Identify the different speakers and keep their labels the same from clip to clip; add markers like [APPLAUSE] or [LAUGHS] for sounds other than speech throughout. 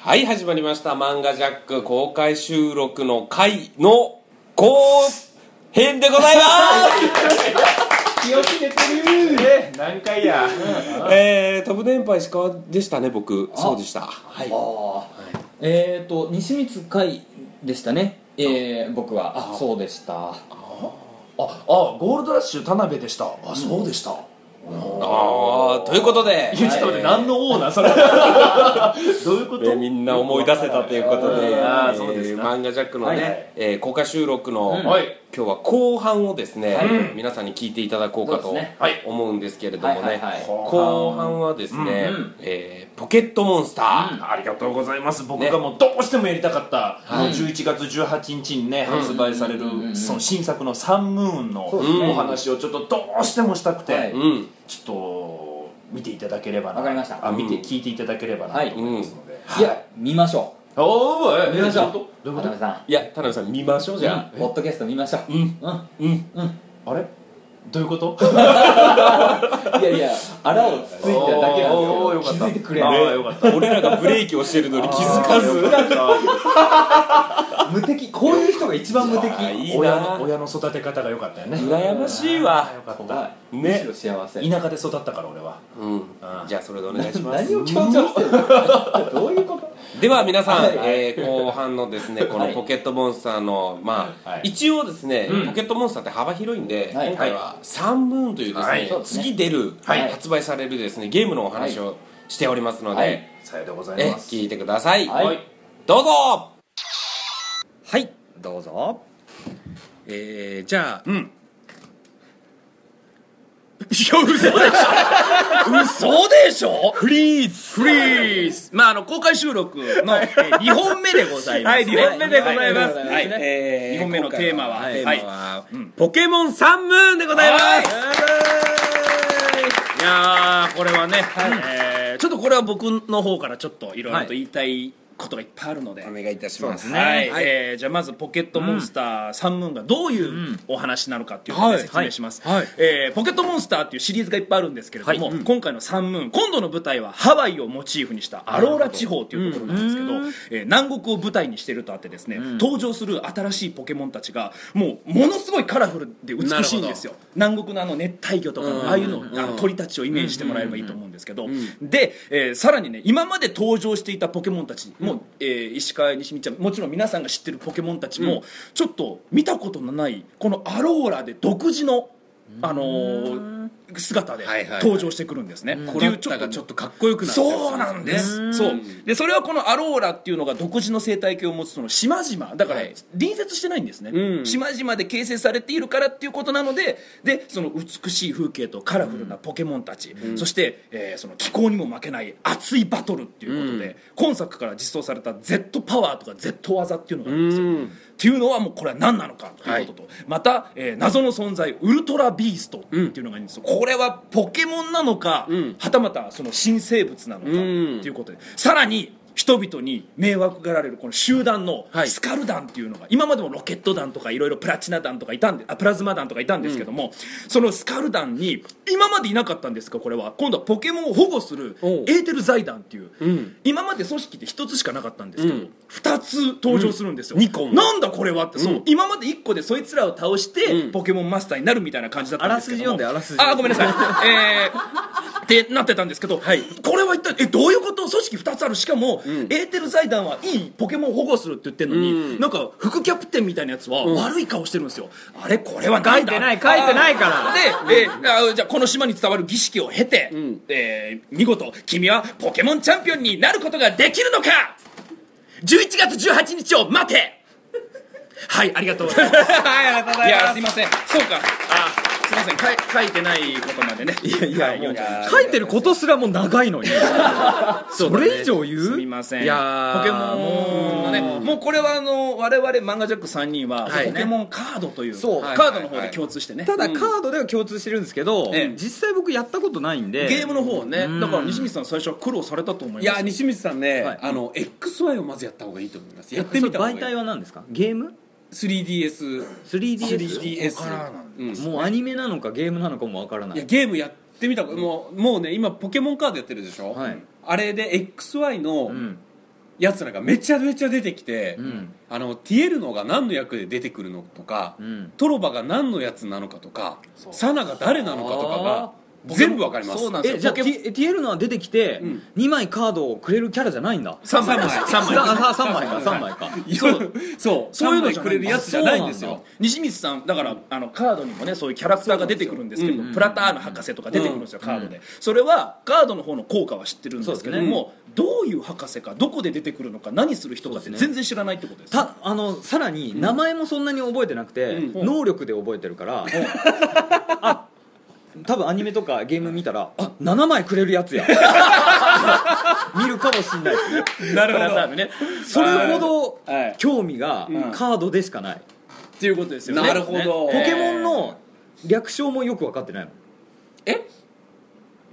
Speaker 1: はい始まりました「漫画ジャック」公開収録の回の後編でございま
Speaker 2: 気をつけてるね何回や
Speaker 1: すえー飛ぶ電波石川でしたね僕そうでしたはい
Speaker 3: えーと西光海でしたねえー、僕はそうでした
Speaker 4: ああゴールドラッシュ田辺でしたあそうでした、
Speaker 1: あーということで
Speaker 2: いやちょっと待って何のオーナーそれどういうこ
Speaker 1: えー
Speaker 2: と
Speaker 1: みんな思い出せたということで「え
Speaker 2: あーそうです
Speaker 1: ー
Speaker 2: か
Speaker 1: 漫画ジャック」の
Speaker 2: はいはい
Speaker 1: ねえー公開収録の
Speaker 3: うん
Speaker 1: 今
Speaker 2: はい
Speaker 1: 日は後半をですね皆さんに聞いていただこうか
Speaker 3: そ
Speaker 1: と
Speaker 3: うですね
Speaker 2: はい
Speaker 1: 思うんですけれど
Speaker 3: はい
Speaker 1: も
Speaker 3: はい
Speaker 1: ね
Speaker 3: はい
Speaker 1: 後半はですね
Speaker 3: うんうん
Speaker 1: えーポケットモンスター
Speaker 4: うん
Speaker 2: ありがとうございます僕
Speaker 1: ね
Speaker 2: がもうどうしてもやりたかった、あの11月18日にね、発売される、
Speaker 3: うんうんうん
Speaker 2: その新作の「サンムーン」の
Speaker 3: そうですね
Speaker 2: お話をちょっとどうしてもしたくて、
Speaker 3: はい
Speaker 1: うん
Speaker 2: ちょっと見ていただければな
Speaker 3: わかりました
Speaker 2: あ見て、
Speaker 1: うん
Speaker 2: 聞いていただければな
Speaker 3: はい
Speaker 2: と思いますので、
Speaker 3: いや見ましょ
Speaker 2: おお
Speaker 3: う見ましょう
Speaker 2: どういうこ
Speaker 3: 渡辺
Speaker 2: と
Speaker 3: さん
Speaker 1: いや田辺さん見ましょうじゃ
Speaker 3: うんポッドキャスト見ましょううん
Speaker 1: うん
Speaker 2: あれどういう
Speaker 3: [LAUGHS]
Speaker 2: こと
Speaker 3: いやいやあらをつついただけなん
Speaker 2: おー
Speaker 3: で
Speaker 2: よ
Speaker 3: す
Speaker 2: かった
Speaker 3: けど気づいてくれ
Speaker 2: あ
Speaker 3: ない
Speaker 2: ーよか
Speaker 3: [LAUGHS]
Speaker 2: った
Speaker 1: 俺らがブレーキをしてるのに気づかず
Speaker 3: 無敵こういう人が一番無敵
Speaker 1: あーいい
Speaker 2: 親の
Speaker 1: な
Speaker 2: 親の育て方が良かったよね
Speaker 1: 羨ましいわ
Speaker 2: あーよかっ
Speaker 3: 怖
Speaker 2: た
Speaker 3: い
Speaker 1: ね
Speaker 3: むしろ幸せ
Speaker 2: 田舎で育ったから俺は
Speaker 1: うんじゃあそれでお願いします
Speaker 3: 何を強調してるの [LAUGHS] どういうこと
Speaker 1: では皆さん、
Speaker 3: はい
Speaker 1: えー後半のですねこの
Speaker 3: はい
Speaker 1: ポケットモンスターの、まあ
Speaker 2: はい
Speaker 1: 一応ですね、
Speaker 2: うん
Speaker 1: ポケットモンスターって幅広いんで、
Speaker 3: はい
Speaker 1: 今回は「サンムーン」というですね,、
Speaker 2: はい
Speaker 3: そうですね
Speaker 1: 次出る、
Speaker 3: はい
Speaker 1: 発売されるですねゲームのお話をしておりますので、
Speaker 3: はい
Speaker 2: さようでござい
Speaker 1: え
Speaker 2: ます
Speaker 1: 聞いてください、
Speaker 3: はい
Speaker 1: どうぞ
Speaker 3: はいどうぞ
Speaker 1: えー、じゃあ、
Speaker 2: ん
Speaker 1: [LAUGHS]
Speaker 4: 嘘でしょ
Speaker 1: フリーズ
Speaker 4: フリーズまああの公開収録の2本 [LAUGHS] 目でございます、
Speaker 1: はい二
Speaker 4: ね、
Speaker 1: 本目でございます
Speaker 4: はい
Speaker 3: はい
Speaker 1: え
Speaker 4: 二本目のテーマは
Speaker 1: 今回の
Speaker 4: はい
Speaker 1: テーマは、ポケモンサンムーンでございます、
Speaker 4: いやーこれはね、えーちょっとこれは僕の方からちょっといろいろと言いたいことがいっぱいあるので、
Speaker 1: お願いいたします
Speaker 4: はい、
Speaker 1: はい
Speaker 4: えーじゃあまずポケットモンスターサンムーンがどういうお話なのかっていうのをね
Speaker 1: はい
Speaker 4: 説明します、
Speaker 1: はい
Speaker 4: えーポケットモンスターっていうシリーズがいっぱいあるんですけれども、今回のサンムーン今度の舞台はハワイをモチーフにしたアローラ地方っていうところなんですけど、えー南国を舞台にしてるとあってですね、登場する新しいポケモンたちがもうものすごいカラフルで美しいんですよ南国のあの熱帯魚とかのああいうの,、あの鳥たちをイメージしてもらえればいいと思うんですけど、で、えーさらにね今まで登場していたポケモンたちも、えー石川西美ちゃんもちろん皆さんが知ってるポケモンたちも、ちょっと見たことのないこのアローラで独自の、あのー姿で
Speaker 1: はいはいはい
Speaker 4: 登場してくるんですね。って
Speaker 1: コラ
Speaker 4: いう
Speaker 1: ッ
Speaker 4: ちょ
Speaker 1: タ
Speaker 4: っと
Speaker 1: がちょっとかっこよくなってる
Speaker 4: そうなんですそうでそれはこのアローラっていうのが独自の生態系を持つその島々だから
Speaker 1: はい
Speaker 4: 隣接してないんですね、
Speaker 1: うん
Speaker 4: 島々で形成されているからっていうことなのででその美しい風景とカラフルなポケモンたち、そして、えーその気候にも負けない熱いバトルっていうことで、今作から実装された Z パワーとか Z 技っていうのがあるんですよ、
Speaker 1: うん
Speaker 4: っていうのはもうこれは何なのかということと、また、えー謎の存在ウルトラビーストっていうのがいるんですよ、これはポケモンなのか、
Speaker 1: ん
Speaker 4: はたまたその新生物なのかと
Speaker 1: うん
Speaker 4: いうことで、さらに人々に迷惑がられるこの集団の
Speaker 1: はい
Speaker 4: スカル団っていうのが、今までもロケット団とかいろいろプラチナ団とかいたんであプラズマ団とかいたんですけども、そのスカル団に今までいなかったんですかこれは今度はポケモンを保護する
Speaker 1: おう
Speaker 4: エーテル財団っていう、
Speaker 1: ん
Speaker 4: 今まで組織って1つしかなかったんですけど、
Speaker 1: うん
Speaker 4: 2つ登場するんですよ、
Speaker 1: うん二個も
Speaker 4: なんだこれはって、そう
Speaker 1: うん
Speaker 4: 今まで1個でそいつらを倒して、
Speaker 1: うん
Speaker 4: ポケモンマスターになるみたいな感じだったんですけども
Speaker 3: あらすじ読んであらすじ
Speaker 4: あごめんなさいえーってなってたんですけど、これは一体えどういうこと組織2つあるしかも、エーテル財団はいいポケモンを保護するって言ってるのに、
Speaker 1: うん
Speaker 4: なんか副キャプテンみたいなやつは悪い顔してるんですよ、あれこれは書い
Speaker 3: 書いてない書いてないから
Speaker 4: で、えーあじゃあこの島に伝わる儀式を経て、
Speaker 1: ん
Speaker 4: えー見事君はポケモンチャンピオンになることができるのか11月18日を待てはいありがとうございます [LAUGHS] はいありがとうございますいやすいませんそうかあすいませんかい書いてないことまでねいやいや、はい読んじゃいました
Speaker 3: 書いてることすらもう長
Speaker 4: [LAUGHS]
Speaker 3: いのにそれ以上言
Speaker 4: すみ
Speaker 3: う
Speaker 4: ません
Speaker 1: いやー
Speaker 4: ポケモンのねもうこれはあの我々漫画ジャック3人は、
Speaker 1: はい
Speaker 4: ポケモンカードという
Speaker 3: そう
Speaker 4: カードの方で共通してね、
Speaker 3: ただカードでは共通してるんですけど
Speaker 4: ええ
Speaker 3: 実際僕やったことないんで
Speaker 4: ゲームの方ねだから西光さん最初は苦労されたと思います
Speaker 1: いや西光さんね、
Speaker 3: はい
Speaker 1: あの XY をまずやった方がいいと思いますや
Speaker 3: や
Speaker 1: っ
Speaker 3: ってて
Speaker 1: み
Speaker 3: みた
Speaker 1: た方がいい
Speaker 3: 媒体は何ですかゲーム
Speaker 1: 3DS
Speaker 3: 3DS
Speaker 1: 3DS うん
Speaker 3: もうアニメなのかゲームなのかもわからない
Speaker 1: や
Speaker 3: い
Speaker 1: ゲームやってみたもうもうね今ポケモンカードやってるでしょ、
Speaker 3: はい
Speaker 1: あれで XY の
Speaker 3: うん
Speaker 5: やつらがめちゃめちゃ出てきて、
Speaker 6: ん
Speaker 5: あのティエルノが何の役で出てくるのとか、
Speaker 6: ん
Speaker 5: トロバが何のやつなのかとかサナが誰なのかとかが全部わかります
Speaker 1: そうなんです
Speaker 6: え
Speaker 1: よ
Speaker 6: じゃあティティエルノは出てきて
Speaker 5: ん
Speaker 6: 2枚カードをくれるキャラじゃないんだ
Speaker 4: 3枚3枚
Speaker 6: 3枚か3枚か
Speaker 5: そうそうそういうのにくれるやつじゃないんです
Speaker 6: あそう
Speaker 5: よ
Speaker 6: なん
Speaker 4: 西光さんだからあのカードにもねそういうキャラクターが出てくるんですけどプラターヌ博士とか出てくるんですよカードでそれはカードの方の効果は知ってるんですけどもどういう博士かどこで出てくるのか何する人かって全然知らないってことですよ
Speaker 6: たあのさらに名前もそんなに覚えてなくて、
Speaker 5: う
Speaker 6: 能力で覚えてるから、あ多分アニメとかゲーム見たら、あ7枚くれるやつや見るかもしんないですね
Speaker 4: なるほどプラターヌね
Speaker 6: それほど
Speaker 4: はい
Speaker 6: 興味がカードでしかない、
Speaker 4: っていうことですよね
Speaker 1: なるほど
Speaker 4: ね
Speaker 1: ポ
Speaker 6: ポケモンの略称もよく分かってないもん
Speaker 1: え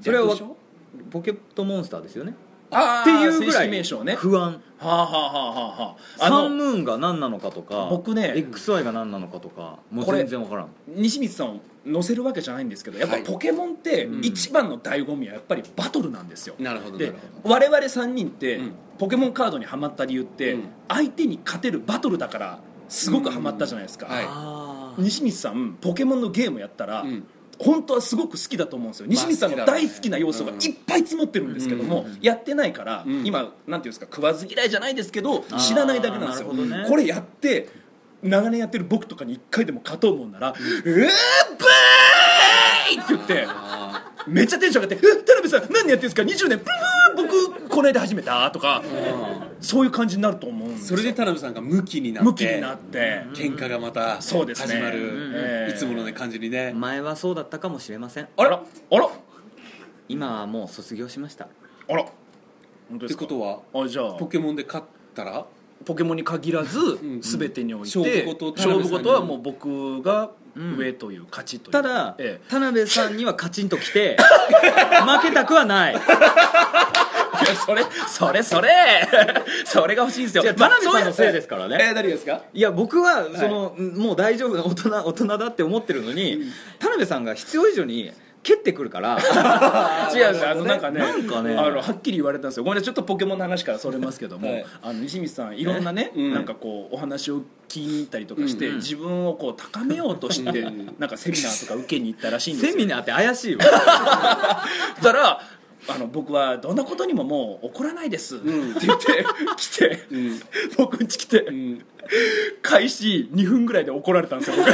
Speaker 6: それはわ
Speaker 4: 略称
Speaker 6: ポケットモンスターですよね
Speaker 4: あー
Speaker 6: っていうぐら
Speaker 4: 正式名
Speaker 6: い
Speaker 4: 称ね
Speaker 6: 不安
Speaker 4: はあはあはあはあはああ
Speaker 6: サ
Speaker 4: の
Speaker 6: ンムーンが何なのかとか
Speaker 4: 僕ね
Speaker 6: XY が何なのかとかもう
Speaker 4: これ
Speaker 6: 全然分からん
Speaker 4: 西光さんを乗せるわけじゃないんですけどやっぱ
Speaker 1: はい
Speaker 4: ポケモンって一番の醍醐味はやっぱりバトルなんですよ、
Speaker 1: なるほどな
Speaker 4: で
Speaker 1: るほど
Speaker 4: 我々3人って、
Speaker 1: うん
Speaker 4: ポケモンカードにはまった理由って、
Speaker 1: うん
Speaker 4: 相手に勝てるバトルだからすごくはまったじゃないですか、
Speaker 1: うんはい
Speaker 6: あー
Speaker 4: 西光さんポケモンのゲームやったら、
Speaker 1: うん
Speaker 4: 本当はすごく好きだと思うんですよ西光さんの
Speaker 1: まあ好きだろう
Speaker 4: 大
Speaker 1: ね
Speaker 4: 好きな要素がいっぱい詰まってるんですけども、やってないから、
Speaker 1: ん
Speaker 4: 今なんていうんですか食わず嫌いじゃないですけど知らないだけなんですよ、
Speaker 6: あーなるほどね
Speaker 4: これやって長年やってる僕とかに一回でも勝とうもんなら「うーブーイ!」って言ってめっちゃテンション上がって「え田辺さん何やってるんですか20年ブー僕この間始めた」とか、そういう感じになると思うんです
Speaker 5: そ
Speaker 4: よ
Speaker 5: れで田辺さんがムキになって
Speaker 4: 向きになって、
Speaker 5: 喧嘩がまた始
Speaker 4: そ
Speaker 5: ま
Speaker 4: うですねうんえ
Speaker 5: る
Speaker 4: え
Speaker 5: いつものね感じにね
Speaker 6: 前はそうだったかもしれません
Speaker 4: あらあら
Speaker 6: 今はもう卒業しました
Speaker 4: あら本当
Speaker 5: っ
Speaker 4: で
Speaker 5: て
Speaker 4: すか
Speaker 5: ことは
Speaker 4: あじゃあ
Speaker 5: ポケモンで勝ったら
Speaker 4: ポケモンに限らず
Speaker 5: ん
Speaker 4: 全てにおいて
Speaker 5: 勝負事田辺
Speaker 4: 勝負
Speaker 5: さんに
Speaker 4: 事はもう僕が上という勝ちという
Speaker 6: ただ、
Speaker 4: え
Speaker 6: 田辺さんにはカチンときて
Speaker 4: [LAUGHS]
Speaker 6: 負けたくはない
Speaker 4: えいやそれそれそれそれが欲しいんですよ
Speaker 6: じゃあ田辺さんのせいですすからね
Speaker 5: え誰ですか
Speaker 6: いや僕はその、もう大丈夫な大人大人だって思ってるのに、田辺さんが必要以上に蹴ってくるから
Speaker 4: 違うんですよあのなんかね
Speaker 6: なんかね
Speaker 4: あのはっきり言われたんですよごめんなさいちょっとポケモンの話からそれますけども、
Speaker 5: はい
Speaker 4: あの西光さんいろんなね、なんかこうお話を聞きに行ったりとかして、自分をこう高めようとして、なんかセミナーとか受けに行ったらしいんですよ
Speaker 6: セミナーって怪しいわ
Speaker 4: そしたらあの僕はどんなことにももう怒らないですって言って、来て、僕ん家来て、開始2分ぐらいで怒られたんですよ僕
Speaker 5: 違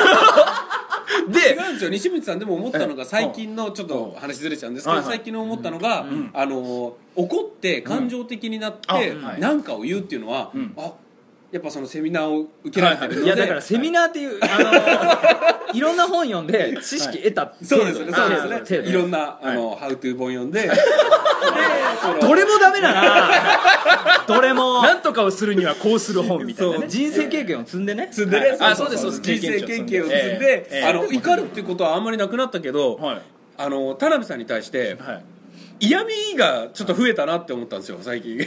Speaker 4: で
Speaker 5: うんですよ西光さんでも思ったのが最近のちょっと話ずれちゃうんですけ
Speaker 4: は
Speaker 5: ど
Speaker 4: いはい
Speaker 5: 最近の思ったのがあの怒って感情的になっ
Speaker 4: あは
Speaker 5: て
Speaker 4: い
Speaker 5: 何かを言うっていうのは
Speaker 4: ん
Speaker 5: あやっぱそのセミナーを受けられてるので
Speaker 6: いやだからセミナーっていう、あのいろんな本読んで知識得た程
Speaker 5: そう
Speaker 6: 度
Speaker 5: ですよねそう
Speaker 6: 程
Speaker 5: です
Speaker 6: 度
Speaker 5: よねいろんなあのハウトゥー本読んででその
Speaker 6: どれもダメだなどれも
Speaker 4: なんとかをするにはこうする本みたいな
Speaker 5: そう
Speaker 4: ね
Speaker 6: 人生経験を積んでね
Speaker 5: 積んでね、
Speaker 4: はいあ
Speaker 5: そ
Speaker 4: そうう
Speaker 5: そ
Speaker 4: そうう
Speaker 5: 人
Speaker 4: です
Speaker 5: 生経験を積ん
Speaker 4: え
Speaker 5: で、
Speaker 4: えええ
Speaker 5: あの怒るっていうことはあんまりなくなったけど、
Speaker 4: はい
Speaker 5: あの田辺さんに対して
Speaker 4: はい
Speaker 5: 嫌味がちょっと増えたなって思ったんですよ最近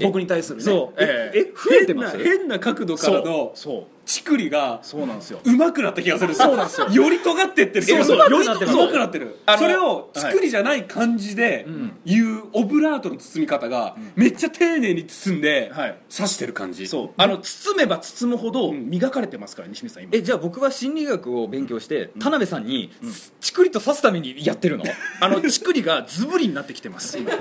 Speaker 4: 僕に対するね
Speaker 6: そう
Speaker 4: ええ
Speaker 6: え増えて
Speaker 5: 変
Speaker 6: ま
Speaker 5: な
Speaker 6: す
Speaker 5: 変な角度か
Speaker 4: そ
Speaker 5: ら
Speaker 4: う
Speaker 5: の
Speaker 4: そう
Speaker 5: チクリが
Speaker 4: そうなんですよ
Speaker 5: うまくなった気がするそうなんですよより尖ってってる
Speaker 4: そうそう
Speaker 5: より
Speaker 4: より
Speaker 5: うまくなってる
Speaker 4: あの
Speaker 5: それをチクリじゃない感じで言うオブラートの包み方がめっちゃ丁寧に包んで
Speaker 4: はい
Speaker 5: 刺してる感じ
Speaker 4: そうあの包めば包むほど磨かれてますから西光さん今
Speaker 6: えじゃあ僕は心理学を勉強して田辺さんにチクリと刺すためにやってるの
Speaker 4: あの乳首がズブリになってきてます今で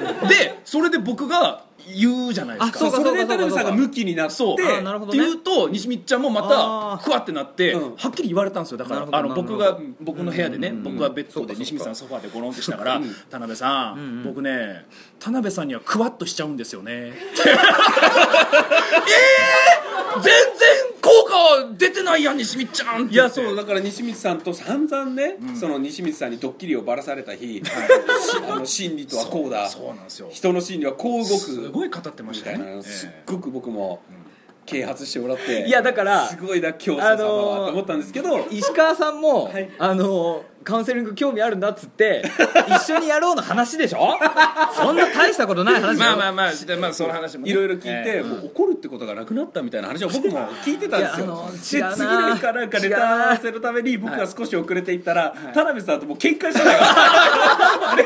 Speaker 4: それで僕が言うじゃないですか
Speaker 6: あそうか
Speaker 5: それで田
Speaker 6: そうかそうか
Speaker 5: 辺さんがムキになって
Speaker 4: そう
Speaker 6: あーなるほど
Speaker 4: って
Speaker 6: ね
Speaker 4: 言うと西光ちゃんもま
Speaker 6: あー
Speaker 4: たふわってなって
Speaker 5: うん
Speaker 4: はっきり言われたんですよだか
Speaker 6: なる
Speaker 4: ら
Speaker 6: ほど
Speaker 4: あの
Speaker 6: なるほど
Speaker 4: 僕が僕の部屋でね僕はベッドで西光さんソファーでゴロンってしながら「田辺さん僕ね田辺さんにはクワッとしちゃうんで
Speaker 6: [LAUGHS]
Speaker 4: すよね」えー全然効果出てないやん西光ちゃん
Speaker 5: いやそうだから西光さんと散々ね、その西光さんにドッキリをばらされた日、しあの心理とはこうだ
Speaker 4: そうなんですよ
Speaker 5: 人の心理はこう動く
Speaker 4: すごい語ってま
Speaker 5: み
Speaker 4: したたよ
Speaker 5: い
Speaker 4: ね
Speaker 5: な、
Speaker 4: ええ
Speaker 5: すっごく僕も啓発してもらって
Speaker 6: いやだから
Speaker 5: すごいな教祖様は、
Speaker 6: あのー
Speaker 5: と思ったんですけど
Speaker 6: 石川さん
Speaker 4: [LAUGHS]
Speaker 6: も、
Speaker 5: はい
Speaker 6: あのカウンセリング興味あるんだっつって一緒にやろうの話でし
Speaker 4: [LAUGHS]
Speaker 6: ょそんな大したことない話だ
Speaker 4: ま
Speaker 6: よ
Speaker 4: あまあまあでまあその話もね
Speaker 5: いろいろ聞いて、
Speaker 4: ええ
Speaker 5: もう怒るってことがなくなったみたいな話を僕も聞いてたんですよ、
Speaker 6: いやあのー
Speaker 5: で
Speaker 6: 違うな
Speaker 5: 次の日かなんかネタ合わせのために僕が少し遅れていったら、田辺さんともう喧嘩してたから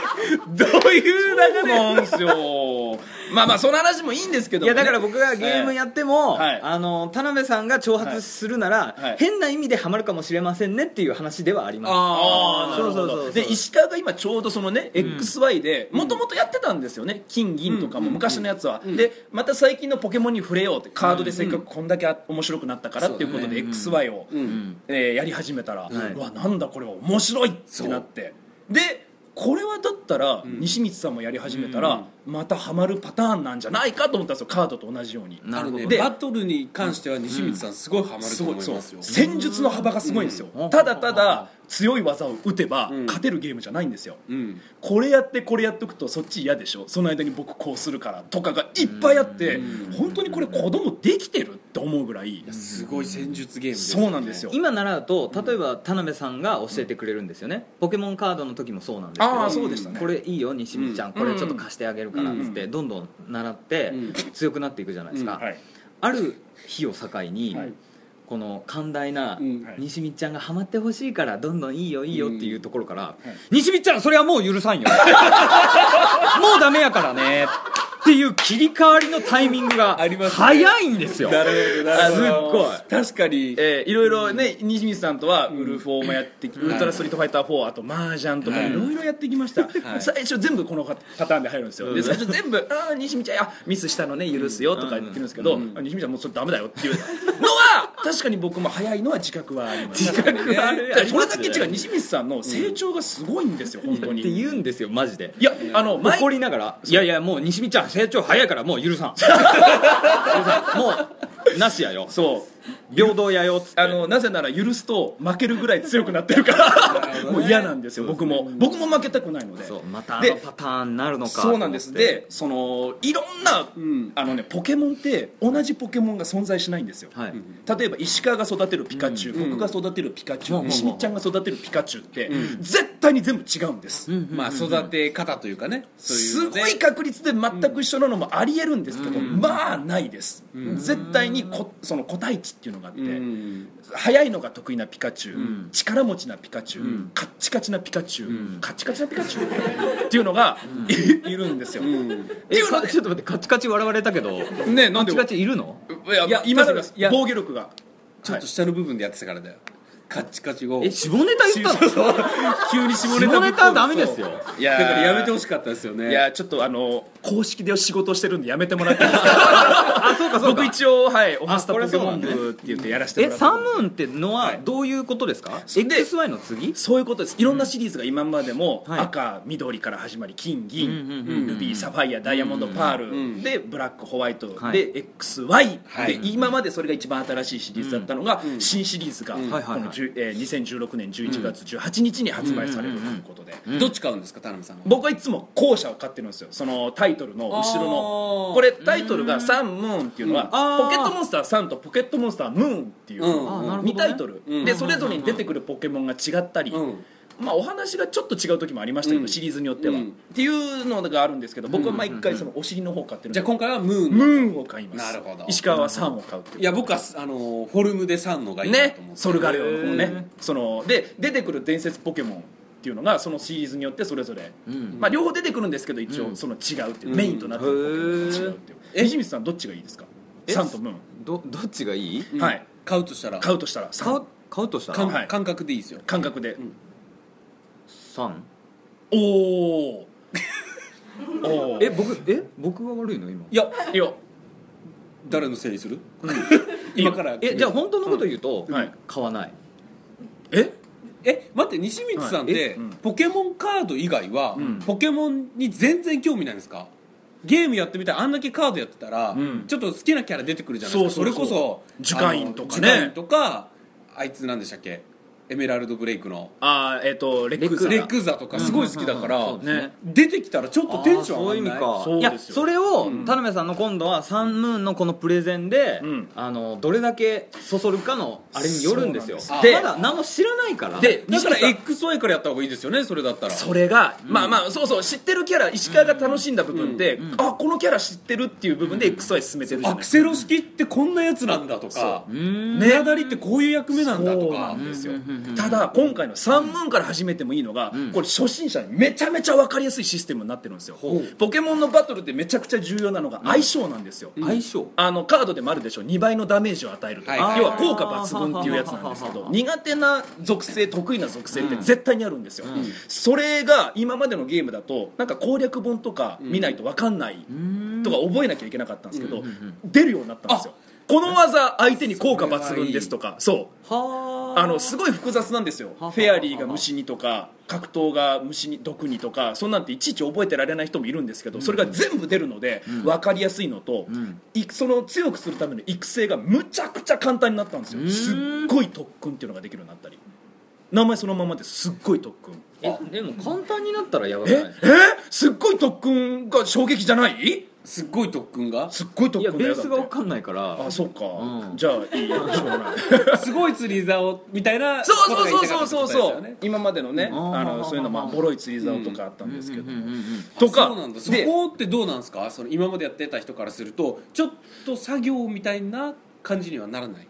Speaker 5: どういう
Speaker 4: だけなんですよまあまあその話もいいんですけど
Speaker 6: い
Speaker 4: も
Speaker 6: や
Speaker 4: ね
Speaker 6: だから僕がゲームやっても、
Speaker 4: はい
Speaker 6: あの田辺さんが挑発するなら、
Speaker 4: はいはい
Speaker 6: 変な意味でハマるかもしれませんねっていう話ではあります
Speaker 4: ああなるほ
Speaker 6: そう
Speaker 4: ど
Speaker 6: そうそうそう
Speaker 4: で石川が今ちょうどそのね XY でもともとやってたんですよね金銀とかも昔のやつは、でまた最近のポケモンに触れようってカードでせっかくこんだけ面白くなったからっていうことで XY を、えーやり始めたら、うわなんだこれは面白いってなってでこれはだったら西光さんもやり始めたらまたハマるパターンなんじゃないかと思ったんですよカードと同じように。
Speaker 6: な
Speaker 5: あ
Speaker 6: る
Speaker 5: の
Speaker 6: ほど
Speaker 5: ね
Speaker 4: で
Speaker 5: バトルに関しては西光さんすごいハマると
Speaker 4: すご
Speaker 5: 思
Speaker 4: い
Speaker 5: います
Speaker 4: そう
Speaker 5: よ、
Speaker 4: 戦術の幅がすごいんですよ、
Speaker 6: うん
Speaker 4: ただただ強い技を打てば
Speaker 5: ん
Speaker 4: 勝てるゲームじゃないんですよ、
Speaker 5: うん
Speaker 4: これやってこれやっとくとそっち嫌でしょその間に僕こうするからとかがいっぱいあって本当にこれ子供できてるって思うぐらい
Speaker 5: すごい戦術ゲームですよね
Speaker 4: そうなんですよ
Speaker 6: 今ならだと例えば田辺さんが教えてくれるんですよね、ポケモンカードの時もそうなんですけど
Speaker 4: あーそうでしたね
Speaker 6: これいいよ西見ちゃん、
Speaker 4: ん
Speaker 6: これちょっと貸してあげるからっつって、どんどん習って
Speaker 5: うん
Speaker 6: 強くなっていくじゃないですか、
Speaker 4: はい
Speaker 6: ある日を境に、
Speaker 4: はい
Speaker 6: この寛大な
Speaker 5: うん
Speaker 6: 西見ちゃんがハマってほしいからどんどんいいよいいよっていうところから「
Speaker 4: い
Speaker 6: 西見ちゃんそれはもう許さんよもうダメやからね」っていう切り替わりのタイミングが
Speaker 5: ありますね
Speaker 6: 早いんですよ、
Speaker 5: なるほどなるほど
Speaker 6: すっごい
Speaker 5: 確かに
Speaker 4: えーいろいろね西水さんとはウルフォーもやってきウルトラストリートファイター4あとマージャンとかいろいろやってきました、最初全部このパターンで入るんですよで最初全部「ああ西水ちゃんあミスしたのね許すよ」とか言ってるんですけど、あ西水ちゃんもうそれダメだよっていうの [LAUGHS] は確かに僕も早いのは自覚はあります自覚
Speaker 6: はある
Speaker 4: それだけ違う西水さんの成長がすごいんですよ本当
Speaker 6: って
Speaker 4: に。
Speaker 6: 言うんですよマジで
Speaker 4: いやあの前
Speaker 6: 怒りながら「いやいやもう西見ちゃん成長早いからもう許 [LAUGHS] さん」許さんもうなしやよ
Speaker 4: そう
Speaker 6: 平等やよ」っつって
Speaker 4: あのなぜなら許すと負けるぐらい強くなってるからもう嫌なんですよ僕も僕も負けたくないので
Speaker 6: そうまたあ
Speaker 4: で
Speaker 6: のパターンになるのか
Speaker 4: そうなんです
Speaker 6: と思って
Speaker 4: でそのいろんな、
Speaker 5: ん
Speaker 4: あのねポケモンって同じポケモンが存在しないんですよ、
Speaker 6: はい
Speaker 4: 例えば石川が育てるピカチュウ、僕が育てるピカチュウ、
Speaker 6: うん
Speaker 4: 西見ちゃんが育てるピカチュウって、絶対に全部違うんです、
Speaker 5: まあ育て方というかねそういう
Speaker 4: す
Speaker 5: のね
Speaker 4: ごい確率で全く一緒なのもありえるんですけど、まあないです、絶対にこその個体値っていうのがあって、
Speaker 5: うん
Speaker 4: 速いのが得意なピカチュウ、力持ちなピカチュウ、カッチカチなピカチュウ、カッチカチなピカチュウっていうのが、いるんですよ、って
Speaker 6: え
Speaker 4: いうの
Speaker 6: か
Speaker 4: で
Speaker 6: ちょっと待ってカチカチ笑われたけど
Speaker 4: ねなんで
Speaker 6: カチカチいるの
Speaker 4: いや
Speaker 5: いや
Speaker 4: 今の
Speaker 5: いや
Speaker 4: 防御力が
Speaker 5: ちょっと下の部分でやってたからだよカッチカチを
Speaker 6: え下ネタ言ったの
Speaker 4: 急に下
Speaker 6: 下ネタダメですよ
Speaker 4: いや
Speaker 5: だからやめて
Speaker 4: ほ
Speaker 5: ほしかったですよね
Speaker 4: いやちょっとあの公式で仕事をしてるんでやめてもらっていいです [LAUGHS] か
Speaker 6: あそうか
Speaker 4: 僕一応はいオマスタ
Speaker 6: あこ
Speaker 4: ポ
Speaker 6: れそ
Speaker 4: ケ
Speaker 6: う
Speaker 4: モ
Speaker 6: だ
Speaker 4: ン
Speaker 6: ね
Speaker 4: 部って言ってやらせても
Speaker 6: え
Speaker 4: らって
Speaker 6: サムーンってのはどういうことですか、XY の次
Speaker 4: そういうことですいろんなシリーズが今までも
Speaker 6: はい
Speaker 4: 赤緑から始まり金
Speaker 6: うんうん
Speaker 4: 銀ルビーサファイアダイヤモンドパールでブラックホワイト
Speaker 6: はい
Speaker 4: で XY
Speaker 5: はい
Speaker 4: で今までそれが一番新しいシリーズだったのが新シリーズがこ
Speaker 6: はいはいはい
Speaker 4: の10えー2016年11月18日に発売されるということで
Speaker 5: どっち買うんですか田辺さんは
Speaker 4: 僕はいつも後者を買ってるんですよそのタイトルの後ろ
Speaker 5: あ
Speaker 4: の
Speaker 5: ー
Speaker 4: これタイトルが「サンムーン」っていうのは
Speaker 6: あー
Speaker 4: ポケットモンスターサンとポケットモンスタームーンっていう
Speaker 5: うんあ
Speaker 6: ーなるほどね
Speaker 4: 2タイトル
Speaker 5: うん
Speaker 4: でそれぞれに出てくるポケモンが違ったり
Speaker 5: うん
Speaker 4: まあお話がちょっと違う時もありましたけ
Speaker 5: う
Speaker 4: ど
Speaker 5: ん
Speaker 4: シリーズによっては
Speaker 5: う
Speaker 4: っ
Speaker 5: ん
Speaker 4: ていうのがあるんですけど僕は毎回そのお尻の方を買ってるん
Speaker 5: じ
Speaker 4: で
Speaker 5: ゃあ今回はムーン
Speaker 4: ムーンを買います
Speaker 5: なるほど
Speaker 4: 石川はサンを買うっていう
Speaker 5: いや僕はあのフォルムで3のがいいな
Speaker 4: ね
Speaker 5: と思って
Speaker 4: ソルガレオの方
Speaker 6: へー
Speaker 4: ねそので出てくる伝説ポケモンっていうのがそのシリーズによってそれぞれ、
Speaker 6: ん
Speaker 4: まあ、両方出てくるんですけど一応その違うっていう、メインとなってるポケモンが違うっていう西光さんどっちがいいですか
Speaker 6: え
Speaker 4: サンとムーン、
Speaker 6: どどっちがいい
Speaker 4: はい
Speaker 5: 買うとしたら
Speaker 4: 買うとしたら
Speaker 6: 買
Speaker 4: 3
Speaker 6: う買うとした
Speaker 5: かん
Speaker 6: ら
Speaker 4: はい
Speaker 5: 感覚でいいですよ
Speaker 4: 感覚で、
Speaker 6: 3
Speaker 4: おおおー
Speaker 6: え僕え僕が悪いの今
Speaker 5: いや
Speaker 4: いや
Speaker 5: 誰のせいにする
Speaker 4: いいよ
Speaker 5: 今から
Speaker 6: えじゃあ本当のこと言うと、
Speaker 4: うんはい
Speaker 6: 買わない
Speaker 4: え
Speaker 5: え待って西光さんっ
Speaker 6: はい
Speaker 5: て、
Speaker 4: うん
Speaker 5: ポケモンカード以外は、
Speaker 4: ん
Speaker 5: ポケモンに全然興味ないんですかゲームやってみたいあんだけカードやってたら、
Speaker 4: ん
Speaker 5: ちょっと好きなキャラ出てくるじゃないです
Speaker 4: そ
Speaker 5: かそう
Speaker 4: そうそう
Speaker 5: れこそ
Speaker 4: 樹海院とかね
Speaker 5: あの樹海院とかあいつなんでしたっけエメラルドブレイクの
Speaker 4: あーえっ、とレック
Speaker 6: レッ
Speaker 4: さん
Speaker 5: レクザとかすごい好きだから、
Speaker 6: うんうんうんそうですね
Speaker 5: 出てきたらちょっとテンション
Speaker 6: あーそういう
Speaker 5: 上
Speaker 6: 意
Speaker 5: が
Speaker 6: 味
Speaker 5: らない
Speaker 6: か
Speaker 4: そう
Speaker 6: い
Speaker 4: で
Speaker 6: や
Speaker 4: すよ
Speaker 6: それを田辺さんの今度はサンムーンのこのプレゼンで、
Speaker 4: うん
Speaker 6: あのどれだけそそるかのあれによるんですよ
Speaker 4: そうなん
Speaker 5: です
Speaker 6: まだ何も知らないから
Speaker 5: でだ
Speaker 4: 西
Speaker 5: か
Speaker 4: 光
Speaker 5: ら
Speaker 4: さん
Speaker 5: XY からやった方がいいですよねそれだったら
Speaker 4: それが、まあまあそうそう知ってるキャラ石川が楽しんだ部分で、あこのキャラ知ってるっていう部分で XY 進めてるじゃ
Speaker 5: ア
Speaker 4: ない
Speaker 5: クセロ式ってこんなやつなんだとか
Speaker 6: うーん
Speaker 5: メアダリってこういう役目なんだと
Speaker 4: そうな
Speaker 5: か
Speaker 4: んですよ、
Speaker 6: うんうん
Speaker 4: ただ今回のサンムーンから始めてもいいのが、これ初心者にめちゃめちゃ分かりやすいシステムになってるんですよ、ポケモンのバトルってめちゃくちゃ重要なのが相性なんですよ、
Speaker 3: 相性
Speaker 4: あのカードでもあるでしょ2倍のダメージを与えるとか、
Speaker 5: はいはい
Speaker 4: 要は効果抜群っていうやつなんですけど苦手な属性得意な属性って絶対にあるんですよ、それが今までのゲームだとなんか攻略本とか見ないと分かんないとか覚えなきゃいけなかったんですけど、出るようになったんですよこの技相手に効果抜群ですとかそう
Speaker 3: は
Speaker 4: あのすごい複雑なんですよフ
Speaker 3: はは
Speaker 4: ェアリーが虫にとか格闘が虫に毒にとかそんなんていちいち覚えてられない人もいるんですけどそれが全部出るので分かりやすいのと、いその強くするための育成がむちゃくちゃ簡単になったんですよすっごい特訓っていうのができるようになったり名前そのままですっごい特訓
Speaker 6: えでも簡単になったらやばく
Speaker 4: え
Speaker 6: ない
Speaker 4: えすっごい特訓が衝撃じゃない
Speaker 5: すっごい特訓が
Speaker 4: すっごい特
Speaker 6: いや
Speaker 4: 訓だ
Speaker 6: ベー
Speaker 4: よだっ
Speaker 6: ス
Speaker 4: て
Speaker 6: が分かんないから
Speaker 4: あそうか、
Speaker 6: うん
Speaker 4: じゃあいいよしょう
Speaker 6: [LAUGHS]
Speaker 4: がない
Speaker 5: [LAUGHS] すごい釣り竿みたいな
Speaker 4: そう
Speaker 5: ことが言
Speaker 4: そ
Speaker 5: いうたか
Speaker 4: そう
Speaker 5: った
Speaker 4: そう
Speaker 5: って
Speaker 4: そ
Speaker 5: こ
Speaker 4: う、
Speaker 5: とですよね
Speaker 4: 今までのね、
Speaker 6: うん
Speaker 4: あのそういうのまあボロい釣り竿とかあったんですけど、
Speaker 6: うんうんうん
Speaker 4: とか
Speaker 5: あそうなんだそ
Speaker 4: で
Speaker 5: こってどうなんですかその今までやってた人からするとちょっと作業みたいな感じにはならない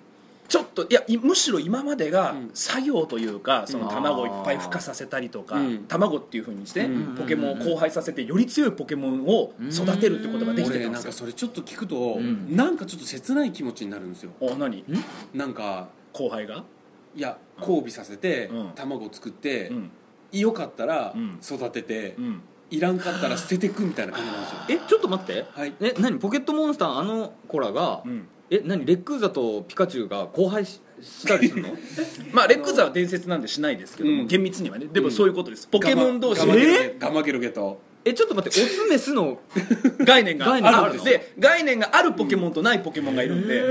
Speaker 4: ちょっといやいむしろ今までが
Speaker 5: ん
Speaker 4: 作業というか、その卵をいっぱい孵化させたりとか、
Speaker 5: うん
Speaker 4: 卵っていうふうにして、
Speaker 5: うん
Speaker 4: ポケモンを交配させてより強いポケモンを育てるってことができて
Speaker 5: 俺
Speaker 4: たんで
Speaker 5: な
Speaker 4: す
Speaker 5: んか
Speaker 4: よ
Speaker 5: それちょっと聞くとなんかちょっと切ない気持ちになるんですよ
Speaker 4: お何
Speaker 5: なんか
Speaker 4: 後輩が、
Speaker 5: いや交尾させて
Speaker 4: うん
Speaker 5: 卵作って
Speaker 4: うん
Speaker 5: よかったら
Speaker 4: うん
Speaker 5: 育てて
Speaker 4: うん、
Speaker 5: いらんかったら捨ててくみたいな感じなんですよ
Speaker 6: えちょっと待って
Speaker 5: はい
Speaker 6: え何ポケットモンスターあの子らが
Speaker 4: うん
Speaker 6: え何レックウザとピカチュウが交配ししたりする
Speaker 5: [LAUGHS]
Speaker 6: の
Speaker 4: まあレックザは伝説なんでしないですけども、
Speaker 5: うん
Speaker 4: 厳密にはねでもそういうことです、ポケモン同士
Speaker 5: ガマ
Speaker 4: で
Speaker 5: ゲロゲガマゲロゲと
Speaker 6: えちょっと待ってオスメスの
Speaker 4: 概念があ
Speaker 6: 概念があ
Speaker 4: る
Speaker 6: る
Speaker 4: ん
Speaker 6: の
Speaker 4: ですで概念があるポケモンとないポケモンがいるんで、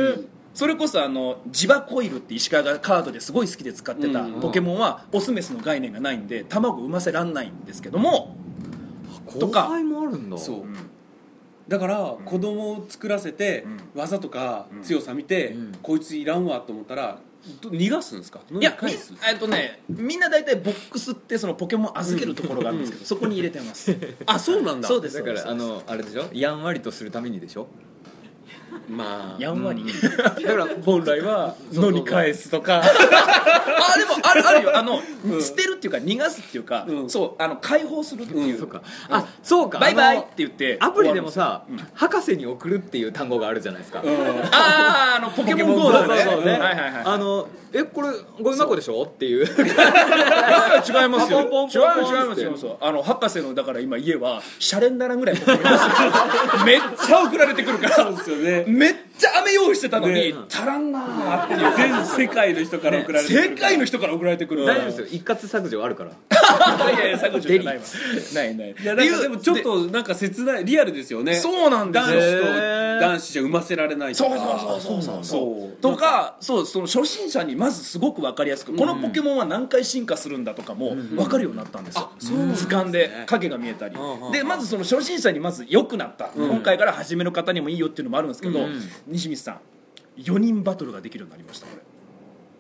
Speaker 4: それこそあのジバコイルって石川がカードですごい好きで使ってたポケモンはオスメスの概念がないんで卵産ませらんないんですけどもと
Speaker 6: 交
Speaker 4: か
Speaker 6: 配もあるんだ
Speaker 5: そうだから子供を作らせて技とか強さ見て
Speaker 6: ん
Speaker 5: こいついらんわと思ったらど逃がすんですか
Speaker 4: いや
Speaker 5: 返す
Speaker 4: みえっとねみんな大体ボックスってそのポケモン預けるところがあるんですけど、そこに入れてます
Speaker 5: あそうなんだ
Speaker 4: そうです
Speaker 6: だ
Speaker 4: そう
Speaker 6: か
Speaker 4: です
Speaker 6: らあのあれでしょやんわりとするためにでしょ
Speaker 5: まあ
Speaker 4: やんわり、
Speaker 6: だから本来は
Speaker 4: のに返
Speaker 6: すとか
Speaker 4: あでもあるあるよあの、捨てるっていうか逃がすっていうか、
Speaker 5: うん
Speaker 4: そうあの解放するっていう、
Speaker 6: そうかあそうか
Speaker 4: バイバイ
Speaker 6: あの
Speaker 4: って言って
Speaker 6: アプリでもさ博士に送るっていう単語があるじゃないですか
Speaker 4: あーあのポケモン GO だね
Speaker 6: そうそうそうね
Speaker 4: はいはいはい
Speaker 6: あのえこれゴミ箱でしょっていう
Speaker 4: いや違いますよ違
Speaker 6: ポンポンポンポン
Speaker 4: う違いますよ違いますよあの博士のだから今家はシャレにならんぐらいポケモンですよめっちゃ送られてくるか
Speaker 5: そう
Speaker 4: ら
Speaker 5: ですよね
Speaker 4: [LAUGHS] めっちゃ飴用意してたのに
Speaker 5: ね
Speaker 4: 足らんなーっていう
Speaker 5: 全世界の人から送られてく
Speaker 4: 世
Speaker 5: る
Speaker 4: 界の人から送られてくる
Speaker 6: 大丈夫ですよ一括削除あるから
Speaker 4: [LAUGHS] いやいや削除じゃないわないない
Speaker 5: いやなんかでもちょっとなんか切ないリアルですよね
Speaker 4: そうなんです
Speaker 5: 男
Speaker 4: よ
Speaker 5: 子と男子じゃ産ませられないと
Speaker 4: そ
Speaker 5: か
Speaker 4: うそうそうそうそう
Speaker 5: そう
Speaker 4: とかそうその初心者にまずすごく分かりやすく、このポケモンは何回進化するんだとかも分かるようになったんですよ、図鑑で影が見えたり、でまずその初心者にまず良くなった、今回から始めの方にもいいよっていうのもあるんですけど、西光さん4人バトルができるようになりましたこ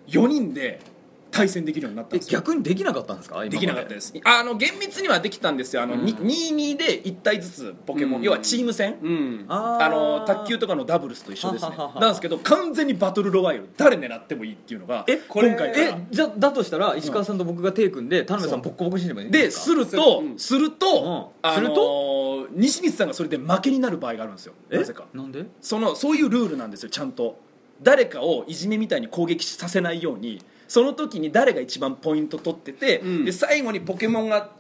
Speaker 4: れ4人で対戦できるようになったん
Speaker 6: え
Speaker 4: ですよ
Speaker 6: 逆にできなかったんですか今ま
Speaker 4: できなかったですあの厳密にはできたんですよあの、に22で1体ずつポケモン、要はチーム戦、
Speaker 5: うん
Speaker 6: あー
Speaker 4: あの卓球とかのダブルスと一緒ですね
Speaker 6: はははは
Speaker 4: なんですけど完全にバトルロワイヤル誰狙ってもいいっていうのが
Speaker 6: え
Speaker 4: 今回から
Speaker 6: えじゃだとしたら石川さんと僕が手組んで田辺さんボッコボコにしてもいいん
Speaker 4: で
Speaker 6: ですすか
Speaker 4: る
Speaker 5: そ
Speaker 4: と
Speaker 5: ううん
Speaker 4: すると
Speaker 6: うんす
Speaker 4: あの
Speaker 6: る
Speaker 4: ー西光さんがそれで負けになる場合があるんですよなぜか
Speaker 6: えなんで
Speaker 4: そのそういうルールなんですよちゃんと誰かをいじめみたいに攻撃させないようにその時に誰が一番ポイント取ってて、
Speaker 5: うん
Speaker 4: で最後にポケモンが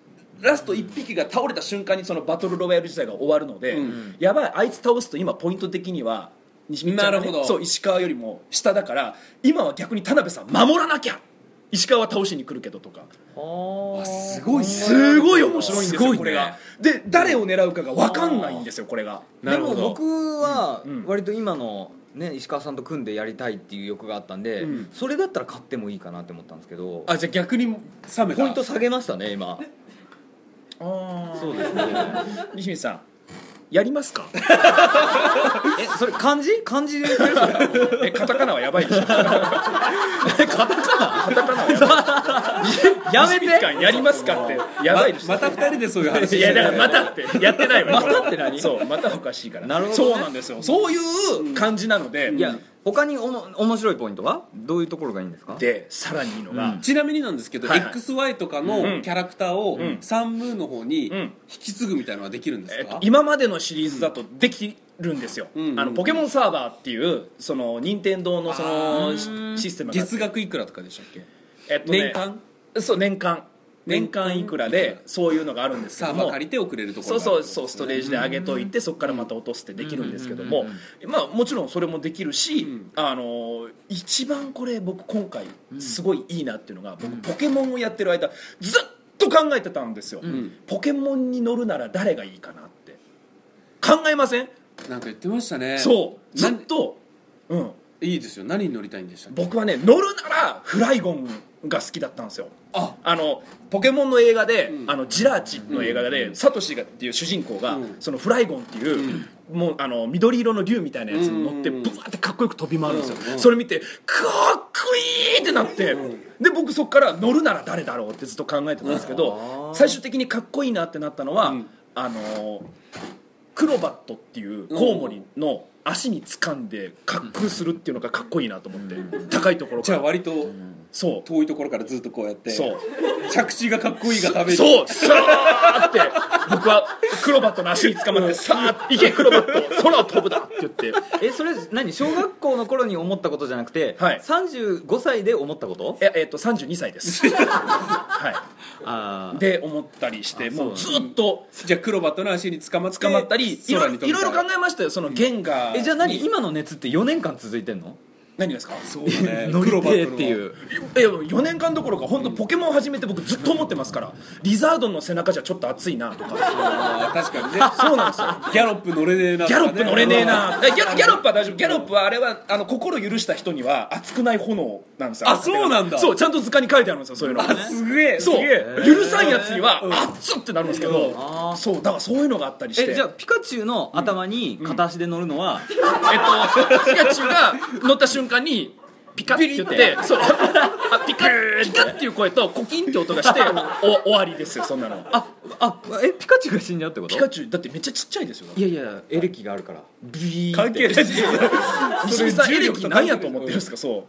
Speaker 4: ラスト1匹が倒れた瞬間にそのバトルロワイヤル自体が終わるので、
Speaker 5: うん
Speaker 4: やばいあいつ倒すと今ポイント的には西光ちゃんがね
Speaker 5: なるほど
Speaker 4: そう石川よりも下だから今は逆に田辺さん守らなきゃ石川は倒しに来るけどとか
Speaker 6: あ
Speaker 5: すごいっすね
Speaker 4: すごい面白いんです
Speaker 6: すごい
Speaker 4: よ
Speaker 6: ね
Speaker 4: これがで誰を狙うかが分かんないんですよこれが
Speaker 6: ーでも僕は
Speaker 4: うん
Speaker 6: 割と今のね石川さんと組んでやりたいっていう欲があったんで
Speaker 4: うん
Speaker 6: それだったら買ってもいいかなって思ったんですけど
Speaker 5: あじゃあ逆に冷めた
Speaker 6: ポイント下げましたね今そうですね
Speaker 4: 西光さんやりますか [LAUGHS]
Speaker 6: えそれ漢字漢
Speaker 4: [LAUGHS]
Speaker 6: 字で言ってるそれ
Speaker 4: えカタカナはやばいでしょ
Speaker 6: カタカナカタカナ
Speaker 4: やめてやりますかってやばいでしょ
Speaker 5: また二人でそういう話して
Speaker 4: いやだからま
Speaker 5: た
Speaker 4: たってやってないわまたって何そうまたおかしいから
Speaker 3: なるほどね
Speaker 4: そうなんですよそういう感じなので、
Speaker 6: いや他におも面白いポイントはどういうところがいいんですか
Speaker 4: でさらにいいのが、
Speaker 5: ちなみになんですけど、
Speaker 4: はいはい
Speaker 5: XY とか
Speaker 4: うん
Speaker 5: のキャラクターを
Speaker 4: ん
Speaker 5: サンムーンの方に
Speaker 4: ん
Speaker 5: 引き継ぐみたいのはできるんです
Speaker 4: えっ
Speaker 5: か
Speaker 4: と、、今までのシリーズだとできるんですよ、
Speaker 5: んうん
Speaker 4: あのポケモンサーバーっていうその任天堂のそのシシステムがあって
Speaker 5: 月額いくらとかでしたっけ、
Speaker 4: えっとね
Speaker 5: 年間
Speaker 4: そう年間年間いくらでそういうのがあるんですけ
Speaker 5: サ
Speaker 4: ど
Speaker 5: ーバー
Speaker 4: も
Speaker 5: 借りて送れるとこ
Speaker 4: そ
Speaker 5: ろ
Speaker 4: う
Speaker 5: がある
Speaker 4: そうそうストレージで上げといてそこからまた落とすってできるんですけどもまあもちろんそれもできるし
Speaker 5: ん
Speaker 4: あの一番これ僕今回すごいいいなっていうのが僕ポケモンをやってる間ずっと考えてたんですよ
Speaker 5: ん
Speaker 4: ポケモンに乗るなら誰がいいかなって考えません
Speaker 5: なんか言ってましたね
Speaker 4: そうず
Speaker 5: な
Speaker 4: っ
Speaker 5: ん
Speaker 4: とうん
Speaker 5: いいですよ何に乗りたいんでしたっけ
Speaker 4: 僕はね乗るならフライゴンが好きだったんですよ
Speaker 5: あ
Speaker 4: あのポケモンの映画で、
Speaker 5: うん
Speaker 4: あのジラーチの映画で、サトシがっていう主人公が、
Speaker 5: うん
Speaker 4: そのフライゴンっていう、もうあの緑色の竜みたいなやつに乗って、
Speaker 5: うん
Speaker 4: ブワーってかっこよく飛び回るんですよ、
Speaker 5: うんうん
Speaker 4: それ見てかっこいいってなって、で僕そこから乗るなら誰だろうってずっと考えてたんですけど、最終的にかっこいいなってなったのは、
Speaker 5: うん
Speaker 4: あのクロバットっていうコウモリの足に掴んで滑空するっていうのがかっこいいなと思って、高いところ
Speaker 5: じ
Speaker 4: か
Speaker 5: ゃあ
Speaker 4: ら
Speaker 5: 割と
Speaker 4: そう
Speaker 5: 遠いところからずっとこうやって
Speaker 4: そう
Speaker 5: 着地がかっこいいがために
Speaker 4: そうさーって僕はクロバットの足に捕
Speaker 5: [LAUGHS]
Speaker 4: まってさーって行けクロバット空を飛ぶだって言って
Speaker 6: えそれ何小学校の頃に思ったことじゃなくて、
Speaker 4: はい
Speaker 6: 35歳で思ったこと
Speaker 4: ええっと32歳
Speaker 5: [LAUGHS]
Speaker 4: です、は
Speaker 6: あ
Speaker 4: い、で思ったりしてもうずっと
Speaker 5: じゃあクロバットの足に捕まって
Speaker 4: 捕まったりいろ
Speaker 5: 空
Speaker 4: いろ
Speaker 5: に飛
Speaker 4: い
Speaker 5: び
Speaker 4: ろ
Speaker 5: た
Speaker 4: いろ考えましたよそのゲンガー
Speaker 6: あえじゃあ何今の熱って4年間続いてんの
Speaker 4: 何がですか
Speaker 5: そうだね
Speaker 6: 乗り
Speaker 5: クロバ
Speaker 6: てえっ
Speaker 5: ットの
Speaker 6: ていう
Speaker 4: いや4年間どころか本当ポケモン始めて僕ずっと思ってますからリザードンの背中じゃちょっと熱いなとか
Speaker 5: あー確かにね
Speaker 4: そうなんですよ
Speaker 5: ギャロップ乗れねえなと
Speaker 4: ギ
Speaker 5: か
Speaker 4: ャロッ
Speaker 5: ね
Speaker 4: プ乗れねえなギャギャロップは大丈夫ギャロップはあれはあの心許した人には熱くない炎なんですよ
Speaker 5: あそうなんだ
Speaker 4: そうちゃんと図鑑に書いてあるんですよそういうのがね
Speaker 5: すげえ
Speaker 4: そう
Speaker 5: すげえ
Speaker 4: 許さんやつには熱っってなるんですけど
Speaker 6: あー
Speaker 4: そうだからそういうのがあったりして
Speaker 6: えじゃあピカチュウの頭に片足で乗るの
Speaker 4: [LAUGHS]
Speaker 6: は、
Speaker 4: えっと、ピカチュウが乗った瞬間にピカって言ってそうあピカピカっていう声とコキンって音がしてお終わりですよそんなの
Speaker 6: ああえピカチュウが死んじゃうってこと
Speaker 4: ピカチュウだってめっちゃちっちゃいですよ
Speaker 6: いやいやエレキがあるからビーって
Speaker 4: 関係ないですよ西見さんエ
Speaker 5: 重
Speaker 4: レ
Speaker 5: 力
Speaker 4: キ
Speaker 5: と
Speaker 4: 何
Speaker 5: 関係ない
Speaker 4: やと思ってるんですかそ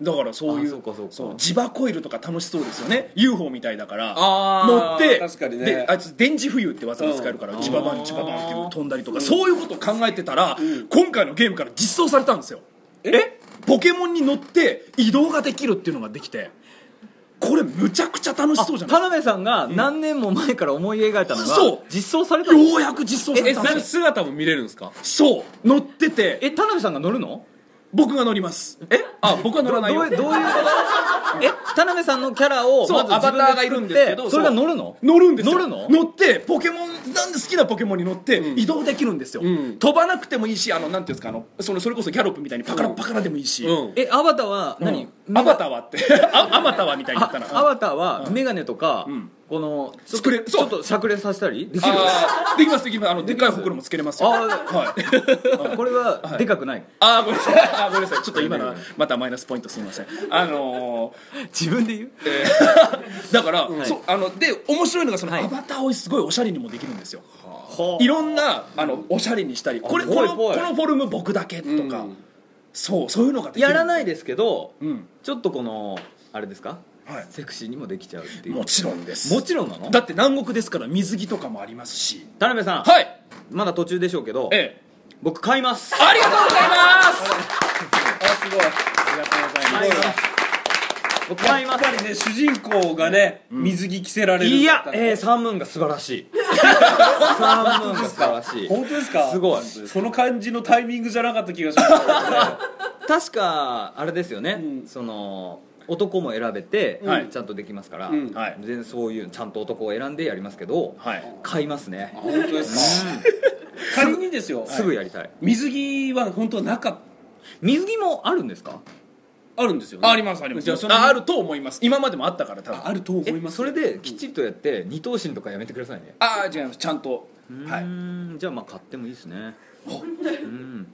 Speaker 4: うだからそういう
Speaker 6: あそうかそうか
Speaker 4: 磁場コイルとか楽しそうですよね UFO みたいだから
Speaker 6: あー
Speaker 4: 乗って
Speaker 5: 確かにね
Speaker 4: であいつ電磁浮遊って技が使えるから磁場バン磁場バンって飛んだりとかそういうことを考えてたら今回のゲームから実装されたんですよえポケモンに乗って移動ができるっていうのができてこれむちゃくちゃ楽しそうじゃ
Speaker 6: 田
Speaker 4: ない
Speaker 6: 辺さんが何年も前から思い描いたのが、
Speaker 4: そう
Speaker 6: 実装されたの
Speaker 4: ようやく実装され
Speaker 5: え
Speaker 4: たんですよ
Speaker 5: 姿も見れるんですか
Speaker 4: そう乗ってて
Speaker 6: え田辺さんが乗るの
Speaker 4: 僕が乗りますえあ僕は乗らないよ
Speaker 6: どうどういうことえ田辺さんのキャラを
Speaker 4: そう
Speaker 6: まず自分で作って
Speaker 4: アバターがいるんですけど
Speaker 6: それが乗るの
Speaker 4: 乗るんですよ
Speaker 6: 乗るの
Speaker 4: 乗ってポケモンなんで好きなポケモンに乗って移動できるんですよ、飛ばなくてもいいしあのなんていうんですかあのそのそれこそギャロップみたいにパカラパカラでもいいし、
Speaker 5: うん
Speaker 6: えアバターは何、
Speaker 4: アバターはって [LAUGHS] あアバターはみたいに言った
Speaker 6: あア
Speaker 4: な
Speaker 6: バターはメガネとか、
Speaker 4: ん
Speaker 6: このちょっ
Speaker 4: 作れ
Speaker 6: とち
Speaker 4: そう
Speaker 6: ょっとしゃくれさせたりできる
Speaker 4: あーできますできますあのでっかいほくろもつけれますよ
Speaker 6: あ
Speaker 4: はい
Speaker 6: これはでかくない、
Speaker 4: あーごめんなさいあーごめんなさいちょっと今のはまたマイナスポイントすみませんあのー、
Speaker 6: 自分で言う
Speaker 4: だから、そうあので面白いのがその、アバターをすごいおしゃれにもできるんですよ、い、ろんなあのおしゃれにしたりこれこ
Speaker 6: ぽい
Speaker 4: の
Speaker 6: ぽ
Speaker 4: こ
Speaker 6: い
Speaker 4: のフォルム僕だけとか、
Speaker 5: うん
Speaker 4: そうそういうのができる
Speaker 6: やらない
Speaker 4: で、
Speaker 6: ですけど
Speaker 4: うん
Speaker 6: ちょっとこのあれですか、
Speaker 4: はい
Speaker 6: セクシーにもできちゃうっていう
Speaker 4: も
Speaker 6: も
Speaker 4: ちろんです
Speaker 6: ちろんなの
Speaker 4: だって南国ですから水着とかもありますし
Speaker 6: 田辺さん、
Speaker 4: はい
Speaker 6: まだ途中でしょうけど
Speaker 4: ええ
Speaker 6: 僕買います
Speaker 4: ありがとうございます
Speaker 6: 僕買います
Speaker 5: やっぱりね主人公がね水着着せられる
Speaker 6: いや、えー、
Speaker 5: ー
Speaker 6: サンムーンが素晴らしいサンムーンが素晴らしい
Speaker 5: 本当ですか
Speaker 6: すごい
Speaker 5: その感じのタイミングじゃなかった気がします
Speaker 6: 確かあれですよね、
Speaker 5: うん
Speaker 6: その男も選べて、
Speaker 4: はい
Speaker 6: ちゃんとできますから、
Speaker 5: うん
Speaker 4: はい
Speaker 6: 全然そういうちゃんと男を選んでやりますけど、
Speaker 4: はい
Speaker 6: 買いますね、
Speaker 5: 本当ですか仮にですよ
Speaker 6: すぐやりたい、
Speaker 5: 水着は本当はなかっ
Speaker 6: 水着もあるんですか
Speaker 5: あるんですよね
Speaker 4: [LAUGHS] ありますありま
Speaker 5: じ
Speaker 4: す
Speaker 5: ゃあその
Speaker 4: ああると思います今までもあったから多分
Speaker 5: あると思
Speaker 6: え
Speaker 5: います
Speaker 6: それできっちりとやって二頭身とかやめてくださいね
Speaker 4: ああ違いますちゃんとは
Speaker 6: う
Speaker 4: い
Speaker 6: ーんじゃあまあ買ってもいいですね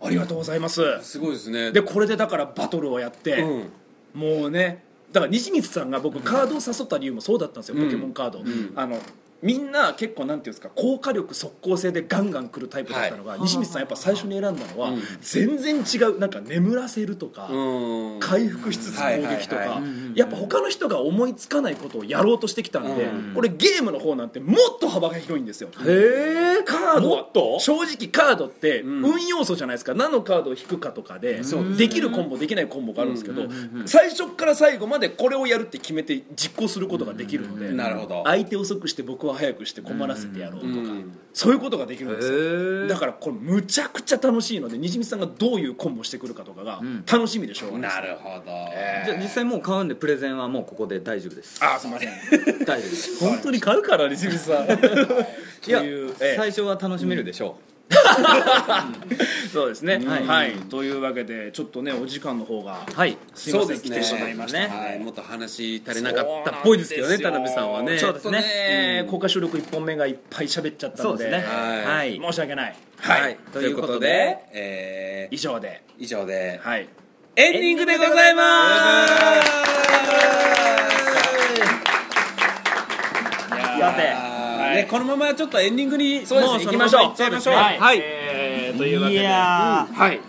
Speaker 4: ありがとうございます
Speaker 5: すごいですね
Speaker 4: でこれでだからバトルをやって、
Speaker 5: うん
Speaker 4: もうねだから西光さんが僕カードを誘った理由もそうだったんですよ、ポケモンカード、あのみんな結構なんていうんですか効果力速攻性でガンガン来るタイプだったのが、西光さんやっぱ最初に選んだのは、全然違うなんか眠らせるとか、
Speaker 5: うん
Speaker 4: 回復しつつ攻撃と
Speaker 5: はいは
Speaker 4: か
Speaker 5: いは
Speaker 4: やっぱ他の人が思いつかないことをやろうとしてきたんで、これゲームの方なんてもっと幅が広いんですよ
Speaker 3: え
Speaker 4: カード
Speaker 3: もっと
Speaker 4: は正直カードって運要素じゃないですか、何のカードを引くかとかでできるコンボできないコンボがあるんですけど、最初から最後までこれをやるって決めて実行することができるので、
Speaker 5: なるほど
Speaker 4: 相手を遅くして僕は早くして困らせてやろうとか、
Speaker 5: うん
Speaker 4: そういうことができるんですよ、
Speaker 6: ー
Speaker 4: だからこれむちゃくちゃ楽しいので西光さんがどういうコンボしてくるかとかが楽しみでしょうがないです
Speaker 5: なるほど、
Speaker 3: じゃあ実際もう買うんでプレゼンはもうここで大丈夫です
Speaker 4: あす
Speaker 6: [LAUGHS]
Speaker 4: いません
Speaker 3: 大丈夫です
Speaker 4: [LAUGHS] 本当に買うから西光さん
Speaker 3: いや
Speaker 4: というええ
Speaker 3: 最初は楽しめるでしょ
Speaker 4: そうですね、
Speaker 3: はい
Speaker 4: はい、というわけでちょっとねお時間の方が
Speaker 3: うはい
Speaker 4: すいません
Speaker 5: そうです
Speaker 4: 来
Speaker 5: ね
Speaker 4: てしまいました
Speaker 5: はい、もっと話足りなかったっぽいですけどね田辺さんはね
Speaker 4: ちょっとね、公開収録1本目がいっぱい喋っちゃった
Speaker 3: そ
Speaker 4: の
Speaker 3: う
Speaker 4: で
Speaker 3: ですね
Speaker 5: は
Speaker 3: は
Speaker 5: い
Speaker 3: い
Speaker 4: 申し訳ない
Speaker 5: はい、
Speaker 4: はい、
Speaker 5: とい
Speaker 3: と
Speaker 5: うこと
Speaker 3: いうこと
Speaker 5: で
Speaker 3: で、
Speaker 5: えー
Speaker 4: 以上で
Speaker 5: 以上で、
Speaker 4: はい
Speaker 5: エンディングでございます
Speaker 3: さて
Speaker 5: あーね、このままちょっとエンディングに
Speaker 4: そうですね
Speaker 5: もそ
Speaker 4: 行
Speaker 5: の
Speaker 4: きま
Speaker 5: まま
Speaker 4: しょう
Speaker 5: 行っちゃいましょう
Speaker 4: はい、
Speaker 5: はい
Speaker 4: えーというわけ
Speaker 3: い
Speaker 4: で
Speaker 3: やー
Speaker 4: はい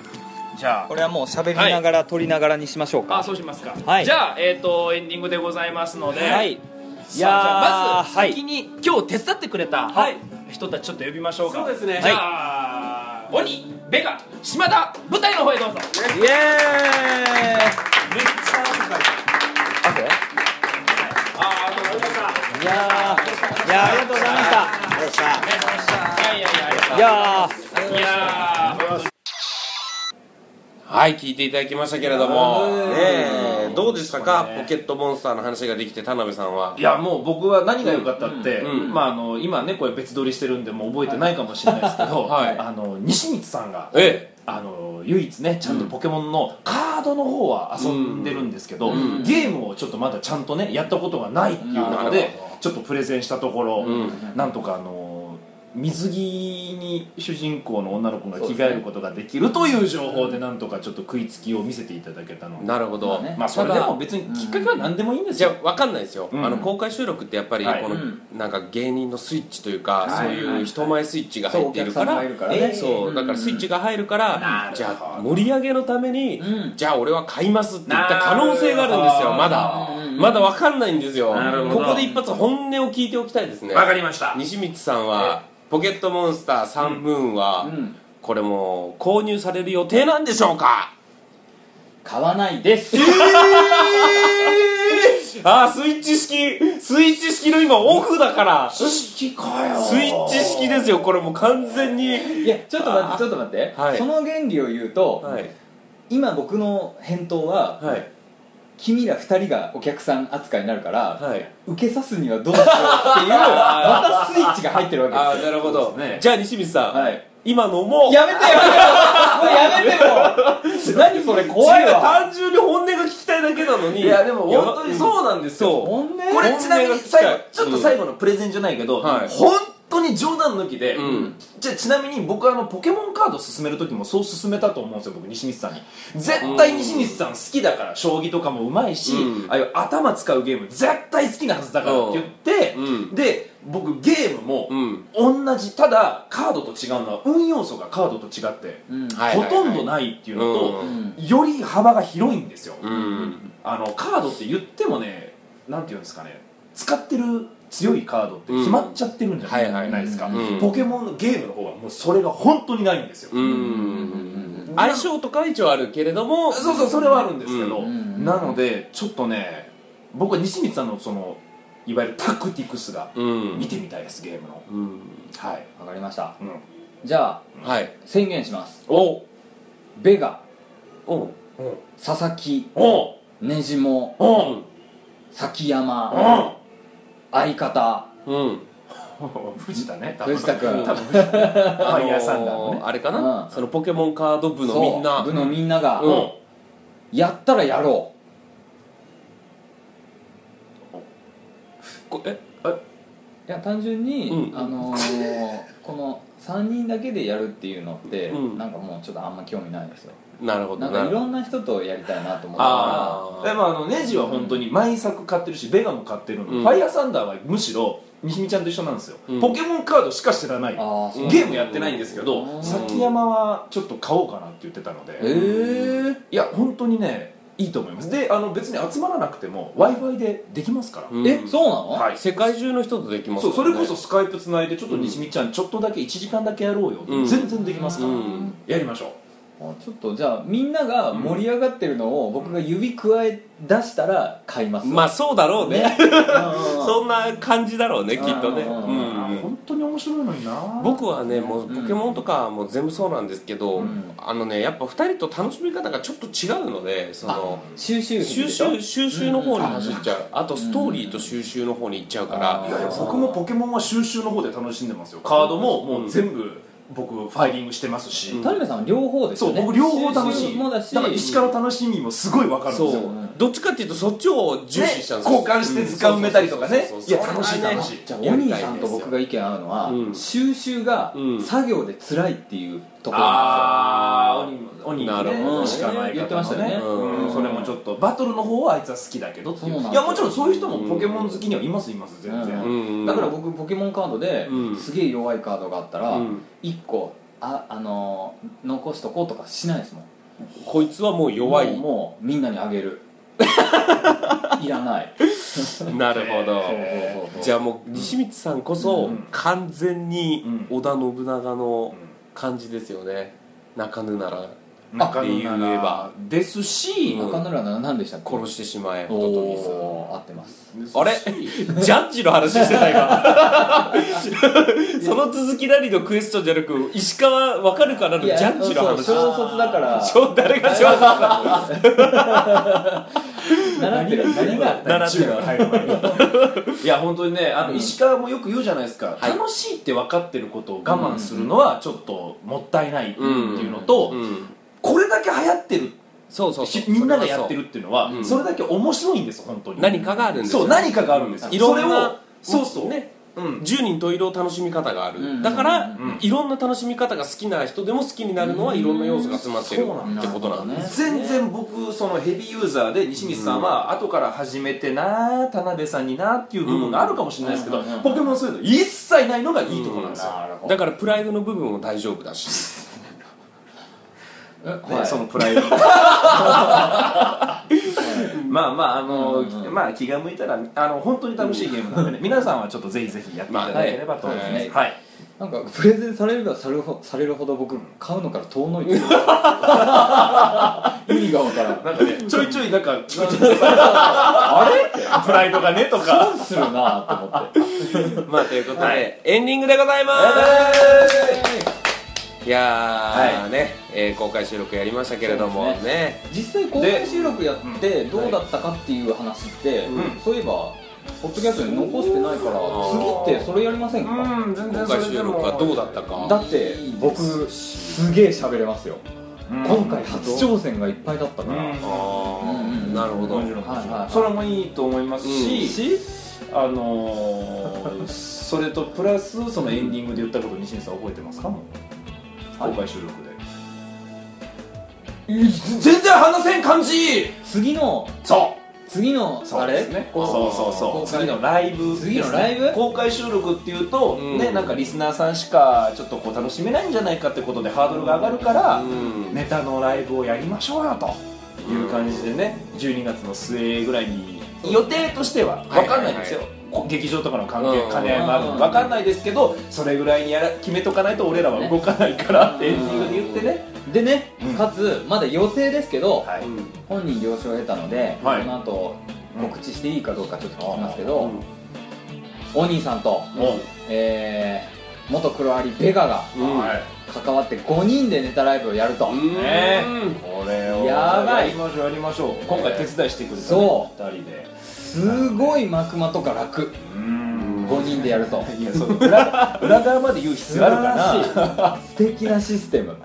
Speaker 4: じゃあ
Speaker 6: これはもう喋りながら撮りながらにしましょうか
Speaker 4: あそうしますか、
Speaker 6: はい
Speaker 4: じゃあ、えー、とエンディングでございますので、
Speaker 6: はいい
Speaker 4: いやまず
Speaker 6: は
Speaker 4: 先
Speaker 6: い
Speaker 4: に、今日手伝ってくれた
Speaker 5: はい
Speaker 4: 人たちちょっと呼びましょうか
Speaker 5: そうですね
Speaker 4: じゃあ、鬼ベガ島田舞台の方へどうぞ
Speaker 6: イエーイ
Speaker 4: ああどうも
Speaker 6: いやーいやーありがとうございました
Speaker 4: いやいやいや
Speaker 6: いや
Speaker 4: いやー
Speaker 1: はい聞いていただきましたけれどもねえどうでした
Speaker 2: そ
Speaker 1: か
Speaker 2: うですね
Speaker 1: ポケットモンスターの話ができて田辺さんはい
Speaker 2: やもう僕は何が良かったって、
Speaker 1: うん
Speaker 2: まあ、あの今ねこれ別撮りしてるんでもう覚えてないかもしれないですけ
Speaker 4: [LAUGHS]
Speaker 2: ど、
Speaker 1: はい
Speaker 2: あの西光さんが
Speaker 1: え
Speaker 2: あの唯一ねちゃんとポケモンのカードの方は遊んでるんですけど、ゲームをちょっとまだちゃんとねやったことがないっていうの
Speaker 1: なる
Speaker 2: でちょっとプレゼンしたところ、
Speaker 1: ん
Speaker 2: なんとかあの水着に主人公の女の子が着替えることができるという情報でなんとかちょっと食いつきを見せていただけたの
Speaker 1: え
Speaker 2: で
Speaker 1: なるほど
Speaker 2: まあそれで
Speaker 1: ただ
Speaker 2: も別にきっかけは何でもいいんです
Speaker 1: じゃ
Speaker 2: よ、
Speaker 1: あ分かんないですよ、
Speaker 2: うん
Speaker 1: あの公開収録ってやっぱり
Speaker 2: はい
Speaker 1: この、なんか芸人のスイッチという
Speaker 2: は
Speaker 1: か、
Speaker 2: い
Speaker 1: そういう人前スイッチが入っているから
Speaker 2: そうお客さんがいるからね
Speaker 1: えーそうだからスイッチが入るから、
Speaker 2: なるほど
Speaker 1: じゃあ盛り上げのために、じゃあ俺は買いますって言った可能性があるんですよまだまだ分かんないんですよここで一発本音を聞いておきたいですね
Speaker 2: わかりました
Speaker 1: 西光さんは「ポケットモンスターサンムーンは」これもう購入される予定なんでしょうか
Speaker 6: 買わないです
Speaker 1: あースイッチ式スイッチ式の今オフだからス
Speaker 2: 知識かよ
Speaker 1: イッチ式ですよこれもう完全に
Speaker 6: いやちょっと待ってちょっと待って、
Speaker 1: はい
Speaker 6: その原理を言うと、
Speaker 1: はい
Speaker 6: 今僕の返答は、
Speaker 1: はい
Speaker 6: 君ら2人がお客さん扱いになるから、
Speaker 1: はい
Speaker 6: 受けさすにはどうしようっていうまたスイッチが入ってるわけです
Speaker 1: あ
Speaker 6: よ
Speaker 1: あなるほど、
Speaker 2: そうですね
Speaker 1: じゃあ西光さん、
Speaker 6: はい
Speaker 1: 今のも
Speaker 6: やめてやめてもうやめても何それ怖い
Speaker 1: 違う
Speaker 6: わ
Speaker 1: 単純に本音が聞きたいだけなのに
Speaker 2: いやでも本当にそうなんですよ
Speaker 1: そう
Speaker 6: 本音
Speaker 2: これちなみに最後ちょっと最
Speaker 1: 後
Speaker 2: 後のプレゼンじゃないけど、
Speaker 1: はい
Speaker 2: 本当に冗談抜きで、
Speaker 1: うん
Speaker 2: じゃあちなみに僕あのポケモンカード進める時もそう進めたと思うんですよ僕西光さんに絶対西光さん好きだから将棋とかもうまいし、
Speaker 1: うん
Speaker 2: ああいう頭使うゲーム絶対好きなはずだからって言って、
Speaker 1: うんうん
Speaker 2: で僕ゲームも
Speaker 1: うん
Speaker 2: 同じただカードと違うのは運要素がカードと違って、
Speaker 1: はいはいはい
Speaker 2: ほとんどないっていうのと、
Speaker 1: うん
Speaker 2: より幅が広いんですよ、
Speaker 1: うん
Speaker 2: あのカードって言ってもねなんていうんですかね使ってる強いカードって決まっちゃってるんじゃない,、
Speaker 1: うんはいはい
Speaker 2: ですか、
Speaker 1: うん
Speaker 2: ポケモンのゲームの方はもうそれが本当にないんですよ、
Speaker 1: うん相性とか一応あるけれども
Speaker 2: そうそうそれはあるんですけど、
Speaker 6: うんうん
Speaker 2: なのでちょっとね僕は西光さんのそのいわゆるタクティクスが
Speaker 1: うん
Speaker 2: 見てみたいですゲームの
Speaker 1: うん
Speaker 2: はい、
Speaker 6: わかりました
Speaker 2: うん、
Speaker 6: じゃあ
Speaker 1: はい
Speaker 6: 宣言します
Speaker 1: お
Speaker 6: ベガ
Speaker 1: お
Speaker 6: 佐々木
Speaker 2: おう
Speaker 6: ねじも
Speaker 2: おう
Speaker 6: 崎山
Speaker 2: おう
Speaker 6: 相方
Speaker 1: うん
Speaker 2: [LAUGHS] 藤田ね多分
Speaker 6: 藤田君
Speaker 2: ファイヤーサンダーの
Speaker 1: あ
Speaker 2: ね
Speaker 1: のーあれかな
Speaker 6: うん
Speaker 1: そのポケモンカード部のみんな
Speaker 6: 部のみんなが、
Speaker 1: うん
Speaker 6: やったらやろう
Speaker 1: こえ
Speaker 6: いや単純に、
Speaker 1: うん
Speaker 6: あのーこの3人だけでやるっていうのって、
Speaker 1: うん
Speaker 6: なんかもうちょっとあんま興味ないですよ
Speaker 1: なるほ
Speaker 6: な
Speaker 1: ど
Speaker 6: んか
Speaker 1: ない
Speaker 6: ろんな人とやりたいなと思ったから
Speaker 1: あ
Speaker 4: でもあのネジは本当に毎作買ってるしベガも買ってるの、
Speaker 1: うん
Speaker 4: ファイアーサンダーはむしろ西見ちゃんと一緒なんですよ、
Speaker 1: うん
Speaker 4: ポケモンカードしか知らない
Speaker 6: ああそう
Speaker 4: ゲームやってないんですけど、
Speaker 6: うん
Speaker 4: 崎山はちょっと買おうかなって言ってたので、
Speaker 6: えー、
Speaker 4: いや本当にねいいと思いますであの別に集まらなくても w i f i でできますから、
Speaker 1: うん
Speaker 6: えそうなの、
Speaker 4: はい
Speaker 1: 世界中の人とできます
Speaker 4: そう
Speaker 1: か
Speaker 4: そ
Speaker 1: らね
Speaker 4: れこそスカイプつないでちょっと西見ちゃんちょっとだけ1時間だけやろうよ、
Speaker 1: うん
Speaker 4: 全然できますから、
Speaker 1: うん
Speaker 4: やりましょう
Speaker 6: あちょっとじゃあみんなが盛り上がってるのを僕が指くわえ出したら買います
Speaker 1: まあそうだろうね
Speaker 6: そ
Speaker 1: [LAUGHS] そんな感じだろうねきっとね
Speaker 6: うん
Speaker 1: うんうん
Speaker 4: 本当に面白いのにな
Speaker 1: 僕はねもうポケモンとかも全部そうなんですけど、
Speaker 6: うん
Speaker 1: あのねやっぱ2人と楽しみ方がちょっと違うのでその
Speaker 6: 収集癖
Speaker 1: 収
Speaker 6: でしょ
Speaker 1: 集収集の方に走っちゃう、あとストーリーと収集の方に行っちゃうから、
Speaker 4: いやいや僕もポケモンは収集の方で楽しんでますよカードももう全部僕ファイリングしてますし、
Speaker 1: うん
Speaker 6: 田辺さんは両方です
Speaker 4: そ
Speaker 6: よ
Speaker 4: う
Speaker 6: ね
Speaker 4: 僕両方楽し
Speaker 6: 収集
Speaker 4: い
Speaker 6: もだし
Speaker 4: だから石川の楽しみもすごい分かるんで
Speaker 1: そう
Speaker 4: すよ、
Speaker 1: どっちかっていうとそっちを重視しちゃうんですよ
Speaker 4: ね交換して図鑑埋めたりとかね
Speaker 1: そうそう
Speaker 4: い
Speaker 1: そう
Speaker 4: や
Speaker 1: そう
Speaker 4: 楽しい楽しい
Speaker 6: じゃあお兄さんと僕が意見合うのは、
Speaker 1: うん
Speaker 6: 収集が
Speaker 1: うん
Speaker 6: 作業で辛いっていうところなん
Speaker 4: ああ鬼鬼
Speaker 1: なるほどね
Speaker 4: 石川の相方の
Speaker 6: 言ってましたよね
Speaker 4: うん
Speaker 1: うん
Speaker 4: それもちょっとバトルの方はあいつは好きだけどってい
Speaker 6: そう
Speaker 4: う
Speaker 6: なん
Speaker 4: い
Speaker 6: だ
Speaker 4: やもちろんそういう人もポケモン好きにはいますいます全然、
Speaker 6: う
Speaker 1: うんうん
Speaker 6: ですよだから僕ポケモンカードで、
Speaker 1: うん
Speaker 6: すげえ弱いカードがあったら、
Speaker 1: うん
Speaker 6: 一1個あ、あのー残しとこうとかしないですもん
Speaker 1: こいつはもう弱い
Speaker 6: もうもうみんなにあげるいらない
Speaker 1: なるほど
Speaker 6: そうそうそう
Speaker 1: じゃあもう西光さんこそ
Speaker 4: うん
Speaker 1: 完全に
Speaker 4: うん
Speaker 1: 織田信長の感じですよね中ぬなら
Speaker 4: 中
Speaker 1: って
Speaker 4: 野
Speaker 1: 言え
Speaker 4: な
Speaker 1: ば
Speaker 4: らですし、
Speaker 1: うん
Speaker 6: 中村は何でしたっけ
Speaker 1: 殺してしまえ
Speaker 6: お
Speaker 1: ホトトギス
Speaker 6: おー合ってます
Speaker 1: あれジャッジの話してないか [LAUGHS] その続きなりのクエスチョンじゃなく石川わかるかなのジ
Speaker 6: いや
Speaker 1: ャッジの話
Speaker 6: そう小卒だから
Speaker 1: ちょ誰が小説
Speaker 6: 習ってる何が
Speaker 1: 習ってる
Speaker 4: はい [LAUGHS] いや本当にねあの石川もよく言うじゃないですか、楽しいって分かってることを我慢するのはちょっともったいないっていうのと、
Speaker 1: うん
Speaker 4: これだけ流行ってる
Speaker 1: そうそうそう
Speaker 4: しみんながやってるっていうのは
Speaker 1: うん
Speaker 4: それだけ面白いんです本当に
Speaker 1: 何かがあるんですよ
Speaker 4: そう何かがあるんですよ
Speaker 1: いろんな
Speaker 4: それをそうそう
Speaker 1: ね
Speaker 4: うん
Speaker 1: 十人十色楽しみ方がある、
Speaker 6: うん
Speaker 1: だから、
Speaker 4: うん
Speaker 1: いろんな楽しみ方が好きな人でも好きになるのはいろんな要素が詰まってる
Speaker 4: そうなん
Speaker 6: だ
Speaker 1: ってことなんです、
Speaker 4: 全然僕そのヘビーユーザーで西光さんは後から始めてな田辺さんになっていう部分があるかもしれないですけ
Speaker 6: う
Speaker 4: ど
Speaker 6: んうん
Speaker 4: ポケモンそういうの一切ないのがいいところなんですよ
Speaker 6: なるほど
Speaker 1: だからプライドの部分も大丈夫だ [LAUGHS] し
Speaker 4: ねそのプライドまあまああの、まあ気が向いたらあの本当に楽しいゲームなんでね、皆さんはちょっとぜひぜひやっていただければと思います、
Speaker 6: まあ
Speaker 4: は
Speaker 6: はいいなんかプレゼンされればされるほされるほど僕買うのから遠のいてる意味が分からん
Speaker 4: なんかねちょいちょいなんか聞くあれプライドがねとか
Speaker 6: するなぁと思って
Speaker 1: まあということで、エンディングでございます、いやー、ね、えー公開収録やりましたけれども
Speaker 6: そう
Speaker 1: ね
Speaker 6: です実際公開収録やってどうだったかっていう話って、
Speaker 1: う
Speaker 6: そういえばポッドキャストに残してないから次ってそれやりませんか、
Speaker 4: ん全
Speaker 1: 公開収録がどうだったか
Speaker 6: だって僕すげえ喋れますよ、今回初挑戦がいっぱいだったから、
Speaker 4: うん
Speaker 1: あー、
Speaker 6: うんうんうん
Speaker 1: なるほど、
Speaker 4: もちろんもち
Speaker 6: はいはい
Speaker 4: ろ
Speaker 6: は
Speaker 4: ん
Speaker 6: い
Speaker 4: それもいいと思います
Speaker 1: うん
Speaker 4: し、あのーそれとプラスそのエンディングで言ったこと西西さん覚えてますかもう公開収録でい全然話せん感じ
Speaker 6: 次の
Speaker 4: そう
Speaker 6: 次の
Speaker 4: そう
Speaker 6: あ
Speaker 4: で
Speaker 6: れ
Speaker 4: すね
Speaker 6: こ
Speaker 4: そううそうそう
Speaker 6: 公開
Speaker 4: 次のライブですね
Speaker 6: 次のライブ
Speaker 4: 公開収録っていうと、
Speaker 1: うん
Speaker 4: ねなんかリスナーさんしかちょっとこう楽しめないんじゃないかってことでハードルが上がるから、
Speaker 1: うん
Speaker 4: ネタのライブをやりましょうよという感じでね12月の末ぐらいに予定としては
Speaker 1: はい
Speaker 4: 分かんないんですよ、こ劇場とかの関係、
Speaker 1: うん
Speaker 4: 兼ね合いもある
Speaker 6: うん
Speaker 4: 分かんないですけどそれぐらいにやら決めとかないと俺らは動かないからってエンディングで言ってね、
Speaker 6: でね、
Speaker 4: うん
Speaker 6: かつまだ予定ですけど、
Speaker 4: はい
Speaker 1: うん
Speaker 6: 本人了承を得たので、
Speaker 4: はい
Speaker 6: この後告知していいかどうかちょっと聞きますけど、
Speaker 1: うん
Speaker 6: お兄さんと、
Speaker 4: も
Speaker 6: えー元黒アリベガが
Speaker 4: う、
Speaker 1: うん
Speaker 4: はい
Speaker 6: 関わって5人でネタライブをやると、
Speaker 1: うん
Speaker 4: ねこれを
Speaker 6: やばい
Speaker 4: やりましょうやりましょう今回手伝いしてくれた、ね、
Speaker 6: そ
Speaker 4: 2人です
Speaker 6: ごいマクマとか楽
Speaker 4: うん
Speaker 6: 5人でやると
Speaker 4: いやその裏裏側まで言う必要あるかな
Speaker 6: 素敵なシステム
Speaker 4: はい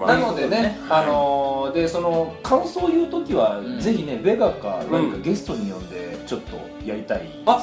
Speaker 1: ま
Speaker 4: ま
Speaker 5: な
Speaker 4: あ
Speaker 5: のでね、あのーでその感想を言う時は、
Speaker 4: ん
Speaker 5: ぜひねベガか何か
Speaker 1: う
Speaker 5: ゲ
Speaker 4: ゲストに呼んでちょっとやりたいですね
Speaker 5: あ
Speaker 1: あ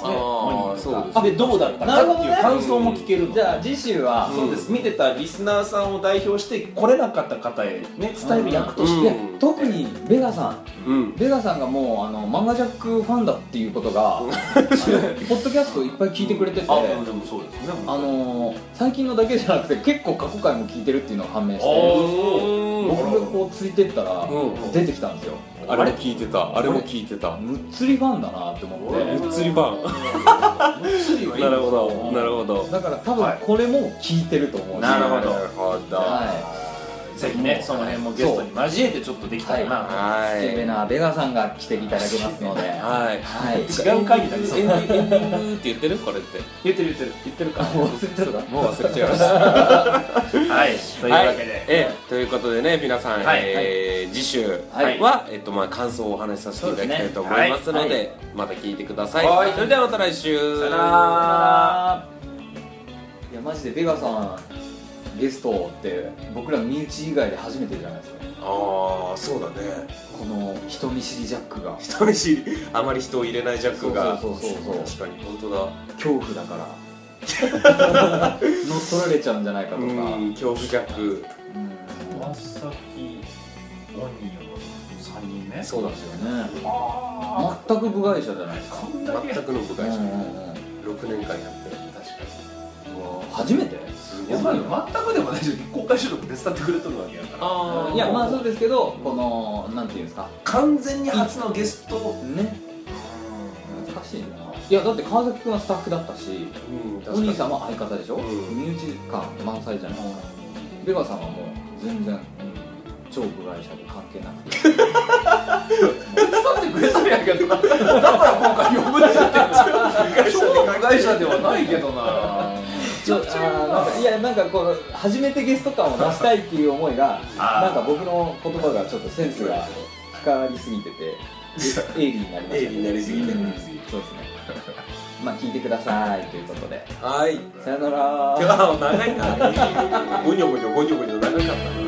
Speaker 1: ーそうです
Speaker 5: ストでどうだった
Speaker 4: な
Speaker 5: か
Speaker 4: るほ
Speaker 5: っ
Speaker 4: ど
Speaker 5: て
Speaker 4: ね
Speaker 5: いう感想も聞けるの
Speaker 4: じゃあ次週は
Speaker 5: そうです見てたリスナーさんを代表して来れなかった方へね伝える役として、
Speaker 1: うん
Speaker 6: 特にベガさん
Speaker 1: うん
Speaker 6: ベガさんがもうあのマンガジャックファンだっていうことが、あのポッドキャストいっぱい聞いてくれてて、あ
Speaker 4: でもそうですね
Speaker 6: のー最近のだけじゃなくて結構過去回も聞いてるっていうのが判明して
Speaker 1: うん
Speaker 6: 僕がこうついてったら
Speaker 1: うん
Speaker 6: 出てきたんですよ
Speaker 1: あれも聞いてたあれも聞いてた
Speaker 6: むっつりファンだなって思って
Speaker 1: うっつり
Speaker 5: [LAUGHS]
Speaker 1: 版なるほどなるほど
Speaker 6: だから多分これも聞いてると思うし、
Speaker 4: なるほど
Speaker 1: なるほど
Speaker 6: は
Speaker 4: ぜひねその辺もゲストに交えてちょっとできたらなと
Speaker 6: い、スケベ
Speaker 1: は
Speaker 6: なベガさんが来ていただけますので
Speaker 1: いはい
Speaker 6: はい
Speaker 4: 違う会議だけど
Speaker 1: エンディングエンディングって言ってるこれって
Speaker 4: 言ってる言ってる
Speaker 1: 言ってるか
Speaker 6: 忘れちゃった
Speaker 1: もう忘れちゃいました
Speaker 4: [LAUGHS] はいというわけで、
Speaker 1: はいええということでね皆さん、
Speaker 4: はい
Speaker 1: えー次週
Speaker 4: はい
Speaker 1: は、えっとまあ、感想をお話しさせていただきたいと思いますのでまた聞いてください、
Speaker 4: はい
Speaker 1: それではまた来週
Speaker 4: さよなら
Speaker 6: いやマジでベガさんゲストって僕ら身内以外で初めてじゃないですか
Speaker 1: ああそうだね
Speaker 6: この人見知りジャックが
Speaker 1: 人見知りあまり人を入れないジャックが
Speaker 6: そうそうそうそう
Speaker 1: 確かに本当だ
Speaker 6: 恐怖だから [LAUGHS] 乗っ取られちゃうんじゃないかとか、
Speaker 1: うん恐怖ジャック
Speaker 4: 川崎本人よ3人目
Speaker 1: そうなんですよ
Speaker 6: ね全く部外者じゃないですか、
Speaker 1: 全くの部外者、
Speaker 6: うんうん
Speaker 1: 6年間やって確か
Speaker 6: うん初めて
Speaker 1: す
Speaker 4: いやまあ全くでも大丈夫公開収録手伝ってくれとるわけやから
Speaker 1: あ
Speaker 6: いやまあそうですけどこのなんていうんですか
Speaker 4: 完全に初のゲスト
Speaker 6: ね難しいないやだって川崎君はスタッフだったし
Speaker 1: うん
Speaker 6: お
Speaker 1: 確か
Speaker 6: 兄
Speaker 1: に
Speaker 6: さんは相方でしょ、
Speaker 1: うん
Speaker 6: 身内感満載じゃないですかベガさんはもう全然、超部外者で関係なくて
Speaker 4: 手伝ってくれとるやけど [LAUGHS] なだから今回呼ぶって言 [LAUGHS] ってんじゃん超部外者ではないけどな
Speaker 6: ちょあーなんかいやなんかこの初めてゲスト感を出したいっていう思いが
Speaker 4: あー
Speaker 6: なんか僕の言葉がちょっとセンスが光りすぎててえ鋭利になりました
Speaker 1: 鋭
Speaker 6: ね
Speaker 1: 利になりすぎて
Speaker 6: うんそうですねまあ聞いてくださいということで
Speaker 1: はい
Speaker 6: さよなら
Speaker 1: ああ長いなごにょごにょごにょごにょ長かったな